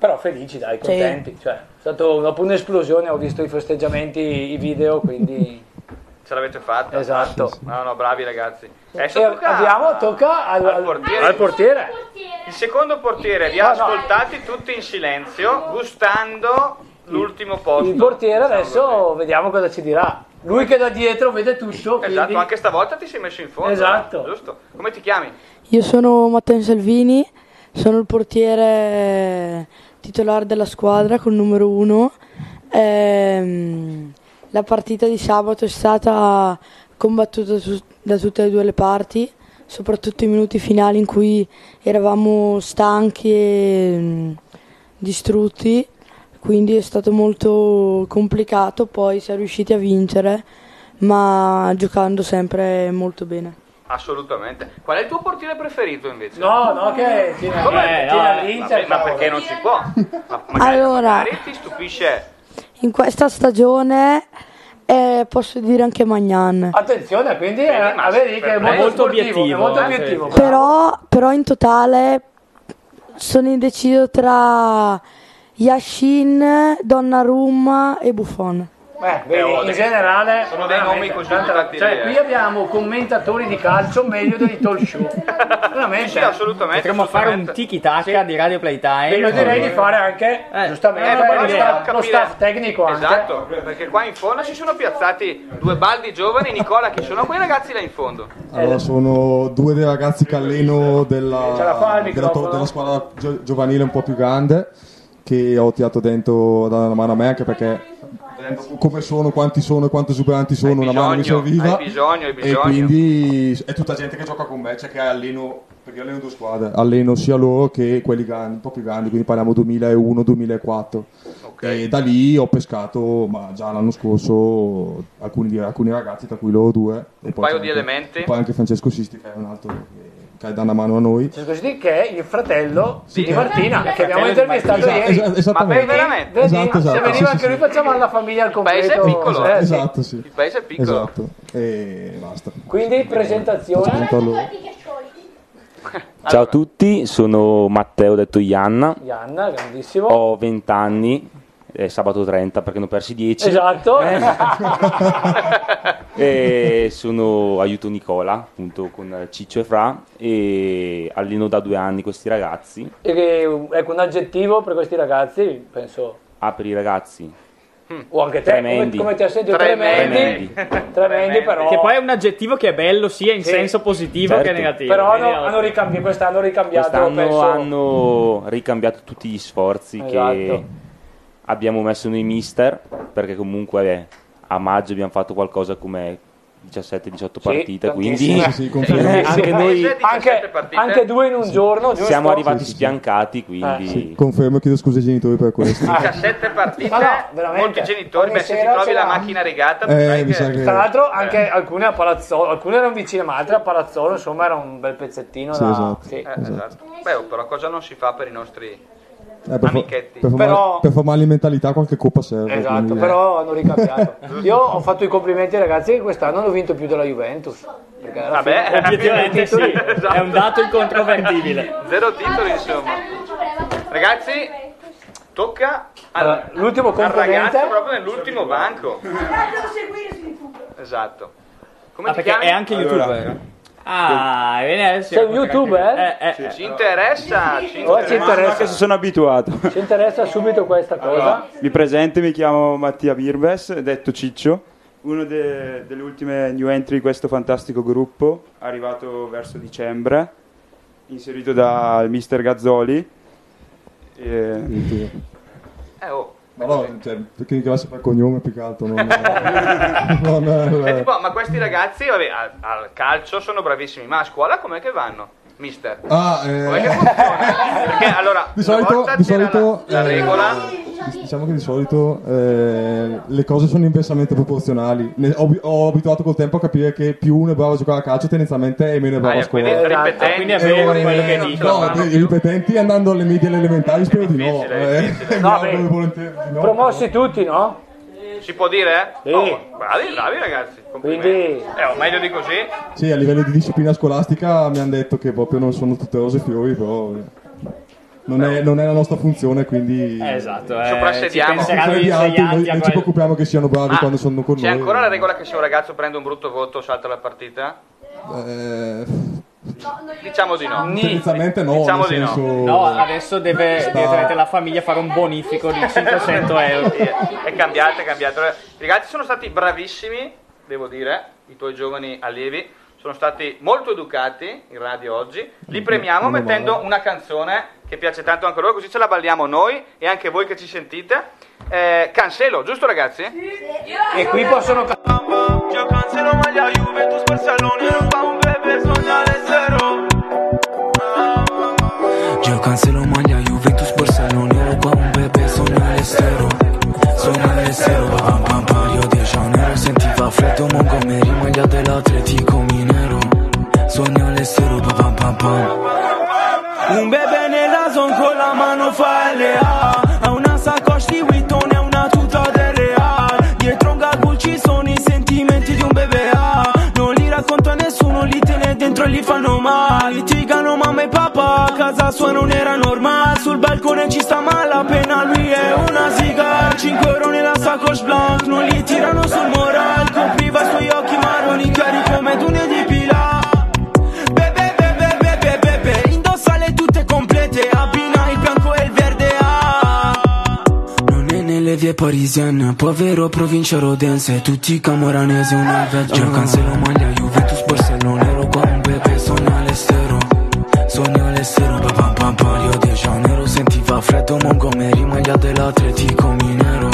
Speaker 6: Però felici, dai, contenti. Cioè, è stato dopo un'esplosione, ho visto i festeggiamenti, i video, quindi...
Speaker 4: Ce l'avete fatta.
Speaker 6: Esatto.
Speaker 4: No, no, bravi ragazzi. Adesso
Speaker 6: E
Speaker 4: tocca
Speaker 6: abbiamo, tocca al, al- al portiere.
Speaker 4: Il secondo portiere vi ha ascoltati tutti in silenzio, gustando l'ultimo posto.
Speaker 6: Il portiere adesso vediamo cosa ci dirà. Lui che da dietro vede tutto.
Speaker 4: Esatto,
Speaker 6: quindi-
Speaker 4: anche stavolta ti sei messo in fondo.
Speaker 6: Esatto.
Speaker 4: eh, Giusto. Come ti chiami?
Speaker 17: Io sono Matteo Salvini, sono il portiere titolare della squadra con il numero 1.
Speaker 18: Ehm, La partita di sabato è stata combattuta su- da tutte e due le parti, soprattutto i minuti finali in cui eravamo stanchi e mm, distrutti, quindi è stato molto complicato, poi siamo riusciti a vincere, ma giocando sempre molto bene.
Speaker 4: Assolutamente. Qual è il tuo portiere preferito invece?
Speaker 6: No, no, che Tina-
Speaker 4: Come?
Speaker 6: eh, Tina Linzer,
Speaker 4: Vabbè, ma
Speaker 6: cavolo.
Speaker 4: perché non si può? Ma magari,
Speaker 18: Allora.
Speaker 4: magari ti stupisce.
Speaker 18: In questa stagione eh, posso dire anche Magnan.
Speaker 6: Attenzione, quindi eh,
Speaker 4: ma
Speaker 6: vedi che è
Speaker 4: per
Speaker 6: molto,
Speaker 4: me- molto
Speaker 6: sportivo,
Speaker 4: obiettivo,
Speaker 6: è molto
Speaker 4: eh,
Speaker 6: obiettivo.
Speaker 4: sì.
Speaker 6: bravo.
Speaker 18: Però, però in totale sono indeciso tra Yashin, Donnarumma e Buffon.
Speaker 6: Eh, vedi,
Speaker 4: Eh, oh,
Speaker 6: in
Speaker 4: dei-
Speaker 6: generale
Speaker 4: sono dei nomi
Speaker 6: veramente,
Speaker 4: così eh.
Speaker 6: tanta-
Speaker 4: fatti
Speaker 6: Cioè,
Speaker 4: dire.
Speaker 6: qui abbiamo commentatori di calcio meglio dei talk show. Veramente.
Speaker 7: Sì,
Speaker 4: assolutamente.
Speaker 7: Potremmo fare un tiki taka di Radio Playtime. Eh.
Speaker 6: E io direi di fare anche, giustamente,
Speaker 4: Eh, ma
Speaker 6: lo,
Speaker 4: poi dobbiamo
Speaker 6: staff, lo
Speaker 4: capire-
Speaker 6: staff tecnico anche.
Speaker 4: Esatto, perché qua in fondo si sono piazzati due baldi giovani, Nicola che sono quei ragazzi là in fondo.
Speaker 8: Allora, sono due dei ragazzi che alleno
Speaker 4: Eh, Ce la
Speaker 8: della,
Speaker 4: fa il
Speaker 8: della to-
Speaker 4: microfono?
Speaker 8: della squadra gio- giovanile un po' più grande che ho tirato dentro a dare una mano a me anche perché come sono, quanti sono, quanto esuberanti sono, una mano mi
Speaker 4: bisogno,
Speaker 8: serviva
Speaker 4: hai bisogno, hai
Speaker 8: e
Speaker 4: bisogno.
Speaker 8: quindi è tutta gente che gioca con me, cioè che alleno, perché io alleno due squadre, alleno sia loro che quelli grandi, un po' più grandi, quindi parliamo 2001-2004 e da lì ho pescato ma già l'anno scorso alcuni, alcuni ragazzi, tra cui loro due e
Speaker 4: Un paio
Speaker 8: c'è
Speaker 4: di
Speaker 8: anche-
Speaker 4: elementi.
Speaker 8: poi anche Francesco Sisti che è un altro che, che dà una mano a noi
Speaker 6: Cioè, così che è il fratello
Speaker 8: eh.
Speaker 6: di
Speaker 7: certo.
Speaker 6: Martina,
Speaker 8: Il
Speaker 6: che
Speaker 8: fratello
Speaker 6: abbiamo
Speaker 8: di
Speaker 6: intervistato
Speaker 8: Martina.
Speaker 6: ieri.
Speaker 8: Esatto, esatto, esattamente.
Speaker 6: Ma vedi,
Speaker 8: Esatto,
Speaker 6: vedi,
Speaker 8: esatto,
Speaker 6: se
Speaker 8: esatto,
Speaker 6: veniva
Speaker 8: sì,
Speaker 6: anche
Speaker 8: sì,
Speaker 6: lui facciamo alla famiglia al completo.
Speaker 4: paese è piccolo.
Speaker 6: eh, sì.
Speaker 8: esatto sì
Speaker 4: Il paese è piccolo.
Speaker 8: esatto e basta
Speaker 6: Quindi presentazione.
Speaker 19: Presento loro. Ciao a tutti, sono Matteo detto Ianna,
Speaker 6: Ianna, grandissimo.
Speaker 19: ho 20 anni, è sabato 30 perché ne ho persi 10
Speaker 6: Esatto.
Speaker 19: e sono aiuto Nicola appunto con Ciccio e Fra e alleno da due anni questi ragazzi.
Speaker 6: E che- ecco, un aggettivo per questi ragazzi, penso.
Speaker 19: Ah, per i ragazzi,
Speaker 7: Mm.
Speaker 6: O anche te, come,
Speaker 19: Tremendi.
Speaker 6: come ti ha sentito?
Speaker 19: Tremendi.
Speaker 6: Tremendi.
Speaker 4: Eh,
Speaker 6: Tremendi, però.
Speaker 7: Che poi è un aggettivo che è bello sia in senso positivo
Speaker 4: Certo.
Speaker 7: che negativo.
Speaker 6: Però
Speaker 7: Quindi
Speaker 6: hanno, hanno ricambi- quest'anno hanno ricambiato.
Speaker 19: quest'anno
Speaker 6: penso.
Speaker 19: hanno ricambiato tutti gli sforzi che
Speaker 6: Esatto.
Speaker 19: abbiamo messo nei mister perché comunque eh, a maggio abbiamo fatto qualcosa come 17-18 partite quindi
Speaker 6: tantissime. Sì, sì, confermo.
Speaker 19: Eh, anche noi
Speaker 6: anche, anche due in un giorno. Eh, due
Speaker 19: siamo
Speaker 6: sforzi.
Speaker 19: arrivati spiancati quindi
Speaker 8: Sì, confermo e chiedo scusa ai genitori per questo
Speaker 6: Ah.
Speaker 4: 17 partite, molti genitori,
Speaker 6: Ogni
Speaker 4: beh, se ti
Speaker 6: sera
Speaker 4: trovi
Speaker 6: ce
Speaker 4: la
Speaker 6: l'ha.
Speaker 4: macchina regata,
Speaker 8: Eh, mi
Speaker 4: sai che- Eh.
Speaker 8: sa che-
Speaker 6: Tra l'altro anche alcune a Palazzolo, alcune erano vicine ma altre a Palazzolo, insomma era un bel pezzettino
Speaker 8: Sì,
Speaker 6: da...
Speaker 8: esatto,
Speaker 6: sì.
Speaker 4: Eh, esatto. Beh, oh, però cosa non si fa per i nostri
Speaker 8: Eh, per, fa-
Speaker 4: amichetti?
Speaker 8: per, formare, per formare in mentalità qualche coppa serve
Speaker 6: Esatto,
Speaker 8: quindi- eh.
Speaker 6: però hanno ricambiato. Io ho fatto i complimenti ai ragazzi che quest'anno hanno vinto più della Juventus. Perché alla
Speaker 7: Vabbè,
Speaker 6: fine- Esatto.
Speaker 7: obiettivamente sì, è un dato incontrovertibile.
Speaker 4: Zero titoli, insomma. Ragazzi, tocca
Speaker 6: Allora, l'ultimo
Speaker 4: al ragazzo
Speaker 6: componente
Speaker 4: proprio nell'ultimo banco. Esatto. Come
Speaker 7: Ah,
Speaker 4: ti
Speaker 7: perché
Speaker 4: chiami?
Speaker 7: è anche youtuber.
Speaker 4: eh.
Speaker 7: Ah, bene, adesso
Speaker 6: Sei un youtuber?
Speaker 7: Eh, eh, eh.
Speaker 4: Ci interessa, ci
Speaker 6: Oh, ci
Speaker 4: interessa.
Speaker 6: interessa,
Speaker 20: Che si sono abituato.
Speaker 6: ci interessa subito questa cosa.
Speaker 20: Mi presento, mi chiamo Mattia Birbes, detto Ciccio, uno de- delle ultime new entry di questo fantastico gruppo, arrivato verso dicembre, inserito dal mister Gazzoli. E-
Speaker 4: Eh, oh.
Speaker 8: Ma no, cioè, perché mi chiamasse per cognome più che altro non, non è-
Speaker 4: Senti un po', ma questi ragazzi, vabbè, al, al calcio sono bravissimi, ma a scuola com'è che vanno? Mister.
Speaker 8: Ah, eh,
Speaker 4: Com'è che funziona? Perché allora,
Speaker 8: di solito, di solito,
Speaker 4: la
Speaker 8: eh,
Speaker 4: regola...
Speaker 8: Diciamo che di solito eh, le cose sono inversamente proporzionali. Ne- ho, ho abituato col tempo a capire che più uno è bravo a giocare a calcio, tendenzialmente è meno è bravo
Speaker 4: Ah,
Speaker 8: a scuola.
Speaker 4: ripetenti,
Speaker 7: Ah, quindi è vero
Speaker 8: Eh,
Speaker 7: quello che dico.
Speaker 8: No, i ripetenti andando alle medie e alle elementari spero di no. eh.
Speaker 6: No, beh, promossi tutti, no?
Speaker 4: Si può dire? eh? Oh, bravi, bravi ragazzi. Complimenti. Eh, oh, meglio di così.
Speaker 8: Sì, a livello di disciplina scolastica mi hanno detto che proprio non sono tutte rose e fiori, però eh, non è, non è la nostra funzione, quindi...
Speaker 7: Eh, esatto, eh, ci
Speaker 4: Soprassediamo.
Speaker 7: penseranno
Speaker 8: Noi,
Speaker 7: gli
Speaker 8: noi,
Speaker 7: insegnanti a
Speaker 8: noi ci
Speaker 7: quello.
Speaker 8: preoccupiamo che siano bravi
Speaker 4: Ma
Speaker 8: quando sono con
Speaker 4: C'è
Speaker 8: noi.
Speaker 4: ancora la regola che se un ragazzo prende un brutto voto salta la partita?
Speaker 8: Eh,
Speaker 4: Diciamo di no.
Speaker 8: tendenzialmente no,
Speaker 4: Diciamo
Speaker 8: nel
Speaker 4: di no.
Speaker 8: senso...
Speaker 7: No, adesso deve,
Speaker 8: Sta-
Speaker 7: diventerete la famiglia a fare un bonifico di 500 euro.
Speaker 4: È cambiato, è cambiato. I ragazzi sono stati bravissimi, devo dire, i tuoi giovani allievi. Sono stati molto educati in radio oggi. Li premiamo
Speaker 8: meno
Speaker 4: mettendo una canzone che piace tanto anche a loro, così ce la balliamo noi e anche voi che ci sentite. eh, Cancelo, giusto ragazzi?
Speaker 6: E qui possono
Speaker 11: Yo cancelo maglia Juventus Barcelona Qua un bebè sogna all'estero Sogna all'estero Pam pam pam Rio de Janeiro Sentiva freddo Montgomery Maglia dell'Atletico Minero Sogna all'estero Pam pam pam pam Un bebè nel raso Con la mano fa LA Ha una sacoche di Witton E una tuta del Real Dietro un gagul ci sono i sentimenti di un bebè ah. Non li racconta nessuno Li tiene dentro e li fanno male Litigano mamma e papà A casa sua non era normale Sul balcone ci sta malapena Lui è una ziga 5 euro nella sacoche blanc Non li tirano sul moral Copriva i suoi occhi marroni Chiari come dune di pila Bebe, bebe, bebe, bebe Indossa le tutte complete Abbina il bianco e il verde ah.
Speaker 21: Non è nelle vie parisienne, povero provincia rodense, tutti camoranesi una vecchia.
Speaker 11: Io cancelo maglia Juventus Barcelonero Qua un bebè sogna all'estero Sogna all'estero Pa pam pam pam Rio de Janeiro Sentiva freddo Montgomery Maglia dell'Atletico Minero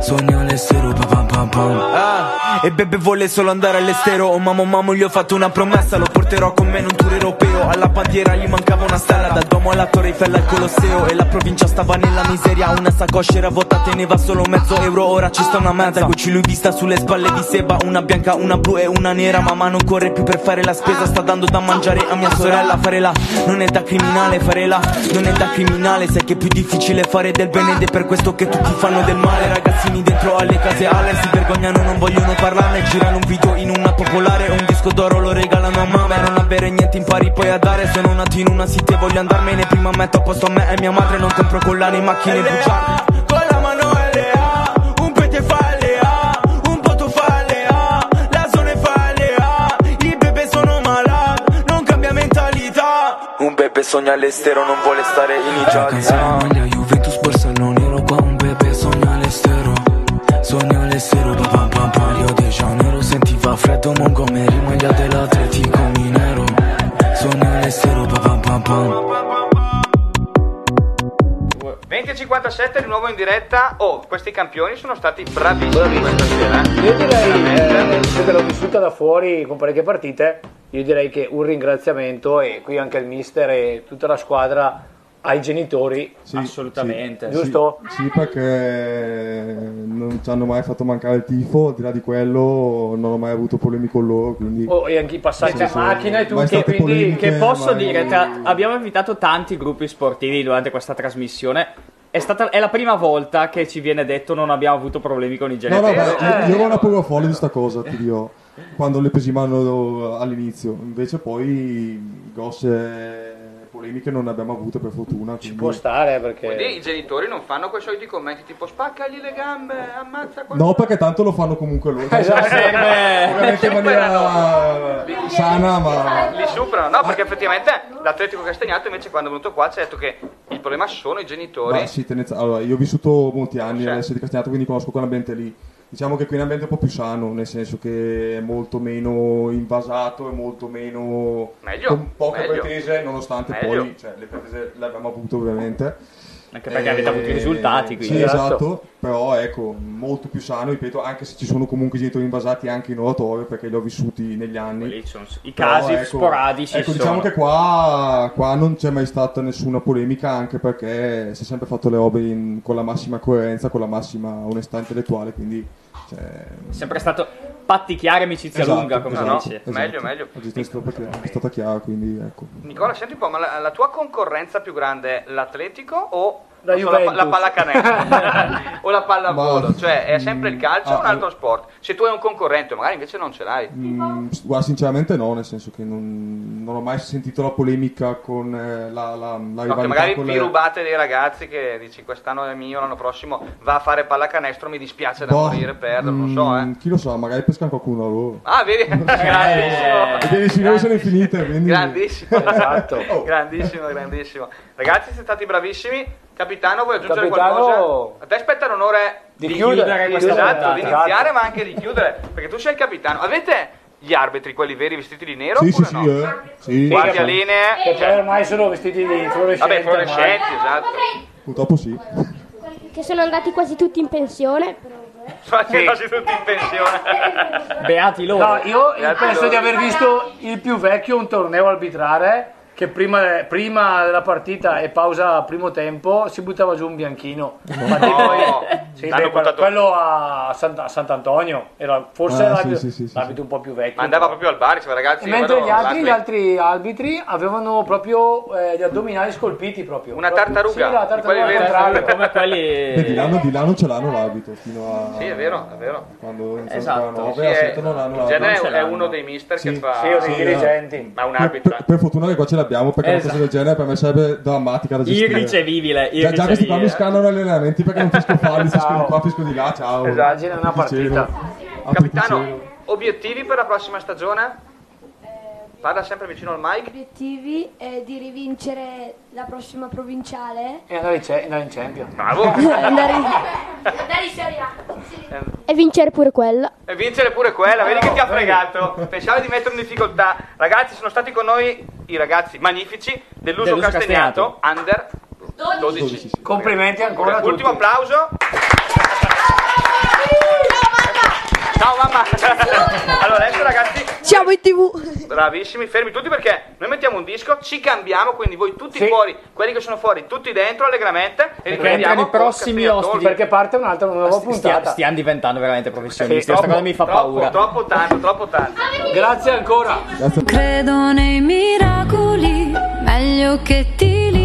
Speaker 11: Sogna all'estero Pa pam pam pam
Speaker 22: Ah, e bebe vuole solo andare all'estero Oh mamma, mamma, gli ho fatto una promessa Lo porterò con me in un tour europeo Alla bandiera gli mancava una stella Dal Duomo alla Torre Eiffel al Colosseo E la provincia stava nella miseria Una sacoche era vuota, teneva solo mezzo euro Ora ci sta una mezza Gucci lui vista sulle spalle di Seba Una bianca, una blu e una nera Mamma non corre più per fare la spesa Sta dando da mangiare a mia sorella Farela, non è da criminale Farela, non è da criminale Sai che è più difficile fare del bene Ed è per questo che tutti fanno del male Ragazzini dentro alle case alle Si vergognano, non vogliono parlarne Girano un video in una popolare Un disco d'oro lo regalano a mamma Non avere niente impari poi a dare Sono nato in una city e voglio andarmene Prima metto a posto me e mia madre Non compro collane, macchine, bugiardi
Speaker 11: Con la mano LA, un pete fa LA, un poto fa LA, la zona è fa LA, i bebè sono malati, non cambia mentalità.
Speaker 22: Un bebè sogna all'estero, non vuole stare in Italia
Speaker 11: Maglia Juventus Barcelonero Qua un bebè sogna all'estero Sogna all'estero Pa pam pam pam Rio de Janeiro Sentiva freddo Montgomery Maglia dell'Atletico Minero Sogna all'estero Pa pam pam pam
Speaker 4: 20.57 di nuovo in diretta. Oh, questi campioni sono stati bravissimi questa sera. Io
Speaker 6: direi, eh, se te l'ho vissuta da fuori con parecchie partite, io direi che un ringraziamento e qui anche il mister e tutta la squadra ai genitori.
Speaker 7: Assolutamente.
Speaker 6: Giusto?
Speaker 8: Sì, sì, perché non ci hanno mai fatto mancare il tifo, al di là di quello non ho mai avuto problemi con loro, quindi...
Speaker 6: Oh, e anche i passaggi
Speaker 8: Sì,
Speaker 6: a
Speaker 8: sì.
Speaker 6: macchina
Speaker 8: Ma
Speaker 6: e
Speaker 8: è
Speaker 6: tutti,
Speaker 8: state
Speaker 6: quindi
Speaker 8: polemiche,
Speaker 6: che posso
Speaker 8: ma-
Speaker 6: dire?
Speaker 7: dire, tra- abbiamo invitato tanti gruppi sportivi durante questa trasmissione. È, stata, è la prima volta che ci viene detto non abbiamo avuto problemi con i
Speaker 8: No, no,
Speaker 7: genitori.
Speaker 8: ma io- io ero una paura folle di sta cosa, ti dirò. Quando le pesimano all'inizio, invece poi grosse polemiche non ne abbiamo avute per fortuna. Ci
Speaker 6: Può stare eh, perché...
Speaker 4: Quindi i genitori non fanno quei soliti commenti tipo spaccagli le gambe, ammazza qualcuno.
Speaker 8: No, perché tanto lo fanno comunque loro. Cioè,
Speaker 4: Esatto.
Speaker 8: Ovviamente in maniera sana, ma...
Speaker 4: Li superano, no? Perché effettivamente l'Atletico Castagnato invece quando è venuto qua ci ha detto che il problema sono i genitori.
Speaker 8: Ma sì, tendenza- allora, io ho vissuto molti anni all'essere di Castagnato, quindi conosco quell'ambiente lì. Diciamo che qui è un ambiente un po' più sano, nel senso che è molto meno invasato, è molto meno...
Speaker 4: Meglio,
Speaker 8: con poche
Speaker 4: meglio.
Speaker 8: pretese, nonostante
Speaker 4: Meglio.
Speaker 8: poi cioè, le pretese le abbiamo avute ovviamente.
Speaker 7: Anche perché avete avuto i risultati, quindi.
Speaker 8: Sì, esatto.
Speaker 7: Esatto.
Speaker 8: però ecco, molto più sano, ripeto, anche se ci sono comunque i genitori invasati anche in oratorio, perché li ho vissuti negli anni.
Speaker 7: I
Speaker 8: Però,
Speaker 7: casi
Speaker 8: ecco,
Speaker 7: sporadici
Speaker 8: Ecco,
Speaker 7: sono.
Speaker 8: diciamo che qua, qua non c'è mai stata nessuna polemica, anche perché si è sempre fatto le robe in- con la massima coerenza, con la massima onestà intellettuale, quindi... Cioè,
Speaker 7: È sempre stato patti chiari, amicizia
Speaker 8: esatto,
Speaker 7: lunga, come
Speaker 8: esatto,
Speaker 7: si dice.
Speaker 8: esatto.
Speaker 4: Meglio, meglio.
Speaker 8: Oggi è stato proprio- è stata chiara, quindi ecco.
Speaker 4: Nicola, senti un po', ma la, la tua concorrenza più grande è l'Atletico o
Speaker 6: La
Speaker 4: non so, la, pa- la
Speaker 6: Juventus.
Speaker 4: pallacanestro o la pallavolo? Cioè è sempre il calcio o
Speaker 8: ah,
Speaker 4: un altro sport? Se tu hai un concorrente magari invece non ce l'hai.
Speaker 8: Mm, s- guarda, sinceramente no, nel senso che non, non ho mai sentito la polemica con eh, la, la, la
Speaker 4: No, che
Speaker 8: rivalità
Speaker 4: magari
Speaker 8: con
Speaker 4: vi
Speaker 8: le-
Speaker 4: rubate dei ragazzi che dici quest'anno è mio, l'anno prossimo va a fare pallacanestro, mi dispiace da
Speaker 8: Boh,
Speaker 4: morire, perderlo, non so. eh.
Speaker 8: mm, Chi lo sa, magari pescano qualcuno loro.
Speaker 4: Ah, vedi? Grandissimo.
Speaker 8: Perché le signore sono infinite, quindi...
Speaker 4: Grandissimo,
Speaker 8: Eh, Esatto.
Speaker 4: grandissimo, grandissimo. Ragazzi, siete stati bravissimi. Capitano, vuoi aggiungere
Speaker 6: Capitano-
Speaker 4: qualcosa? A te aspetta l'onore
Speaker 6: Di chiudere questa
Speaker 4: esatto,
Speaker 6: puntata.
Speaker 4: di iniziare, ma anche di chiudere, perché tu sei il capitano. Avete gli arbitri, quelli veri, vestiti di nero?
Speaker 8: Sì, sì,
Speaker 4: oppure
Speaker 8: sì,
Speaker 4: no?
Speaker 8: eh. Sì.
Speaker 4: Guardia linee,
Speaker 6: Che
Speaker 4: cioè-
Speaker 6: poi ormai sono vestiti di fluorescenti.
Speaker 4: Vabbè, fluorescenti,
Speaker 6: ormai.
Speaker 4: esatto.
Speaker 8: Purtroppo sì.
Speaker 15: che sono andati quasi tutti in pensione.
Speaker 6: Sì.
Speaker 2: quasi tutti in pensione.
Speaker 7: Beati loro.
Speaker 6: No, io
Speaker 2: Beati
Speaker 6: penso
Speaker 2: loro.
Speaker 6: di aver visto il più vecchio un torneo arbitrare che prima, prima della partita e pausa primo tempo si buttava giù un bianchino. Ma tipo, sì, beh, quello, quello a, Sant- a Sant'Antonio era forse
Speaker 8: Ah,
Speaker 6: era
Speaker 8: sì,
Speaker 6: più-
Speaker 8: sì, sì, sì,
Speaker 6: l'arbitro un po' più vecchio.
Speaker 4: Ma andava proprio al bar, diceva ragazzi.
Speaker 6: E mentre
Speaker 4: vado
Speaker 6: gli altri,
Speaker 4: all'arbitro.
Speaker 6: gli altri arbitri avevano proprio eh, gli addominali scolpiti proprio.
Speaker 4: Una
Speaker 6: Proprio-
Speaker 4: tartaruga,
Speaker 6: Sì, la
Speaker 4: di quelle
Speaker 6: tartaruga al
Speaker 4: vere.
Speaker 6: contrario.
Speaker 7: Come quelli...
Speaker 8: Beh, di là, di là non ce l'hanno l'abito fino a...
Speaker 4: Eh. Sì, è vero, è vero.
Speaker 8: Quando iniziano
Speaker 4: Esatto.
Speaker 8: a nove,
Speaker 4: Sì,
Speaker 8: a
Speaker 4: è-
Speaker 8: sette non hanno
Speaker 4: in
Speaker 8: l'abito.
Speaker 4: genere
Speaker 8: Non ce
Speaker 4: è
Speaker 8: l'hanno.
Speaker 4: uno dei mister che fa
Speaker 6: Sì, esatto. o dei dirigenti.
Speaker 4: ma un eh. arbitro.
Speaker 8: Per fortuna che qua ce l'abbiamo, perché una
Speaker 7: Esatto.
Speaker 8: cosa del genere per me sarebbe drammatica da gestire.
Speaker 7: Irricevibile,
Speaker 8: Già, già questi qua Cioè, mi
Speaker 7: irricevibile.
Speaker 8: scannano gli allenamenti perché non fisco farli, fisco di qua, fisco di là, ciao. Esatto,
Speaker 6: Esagera una partita.
Speaker 8: Capitano.
Speaker 4: Obiettivi per la prossima stagione? Parla sempre vicino al mic.
Speaker 23: Obiettivi è di rivincere la prossima provinciale.
Speaker 6: E andare in, ce- andare in Champions.
Speaker 4: Bravo.
Speaker 23: Andare in Serie A.
Speaker 15: E vincere pure quella.
Speaker 4: E vincere pure quella, vedi che ti ha fregato. Pensavo di metterlo in difficoltà. Ragazzi, sono stati con noi i ragazzi magnifici dell'uso
Speaker 6: Dell'Uso
Speaker 4: Castagnato, under 12.
Speaker 6: Complimenti ancora a tutti.
Speaker 4: Ultimo applauso. Ciao mamma. Allora, adesso ragazzi,
Speaker 18: Siamo in tv.
Speaker 4: bravissimi, fermi tutti perché noi mettiamo un disco, ci cambiamo, quindi voi tutti fuori, quelli che sono fuori, tutti dentro allegramente e riprendiamo con Castagna Talk.
Speaker 6: Perché parte un'altra nuova
Speaker 7: Stia-
Speaker 6: puntata.
Speaker 7: stiamo diventando veramente professionisti.
Speaker 6: Sì,
Speaker 7: Questa
Speaker 6: troppo,
Speaker 7: cosa mi fa
Speaker 6: troppo,
Speaker 7: paura.
Speaker 4: Troppo tanto, troppo tanto.
Speaker 6: Grazie ancora.
Speaker 24: Credo nei miracoli, meglio che ti li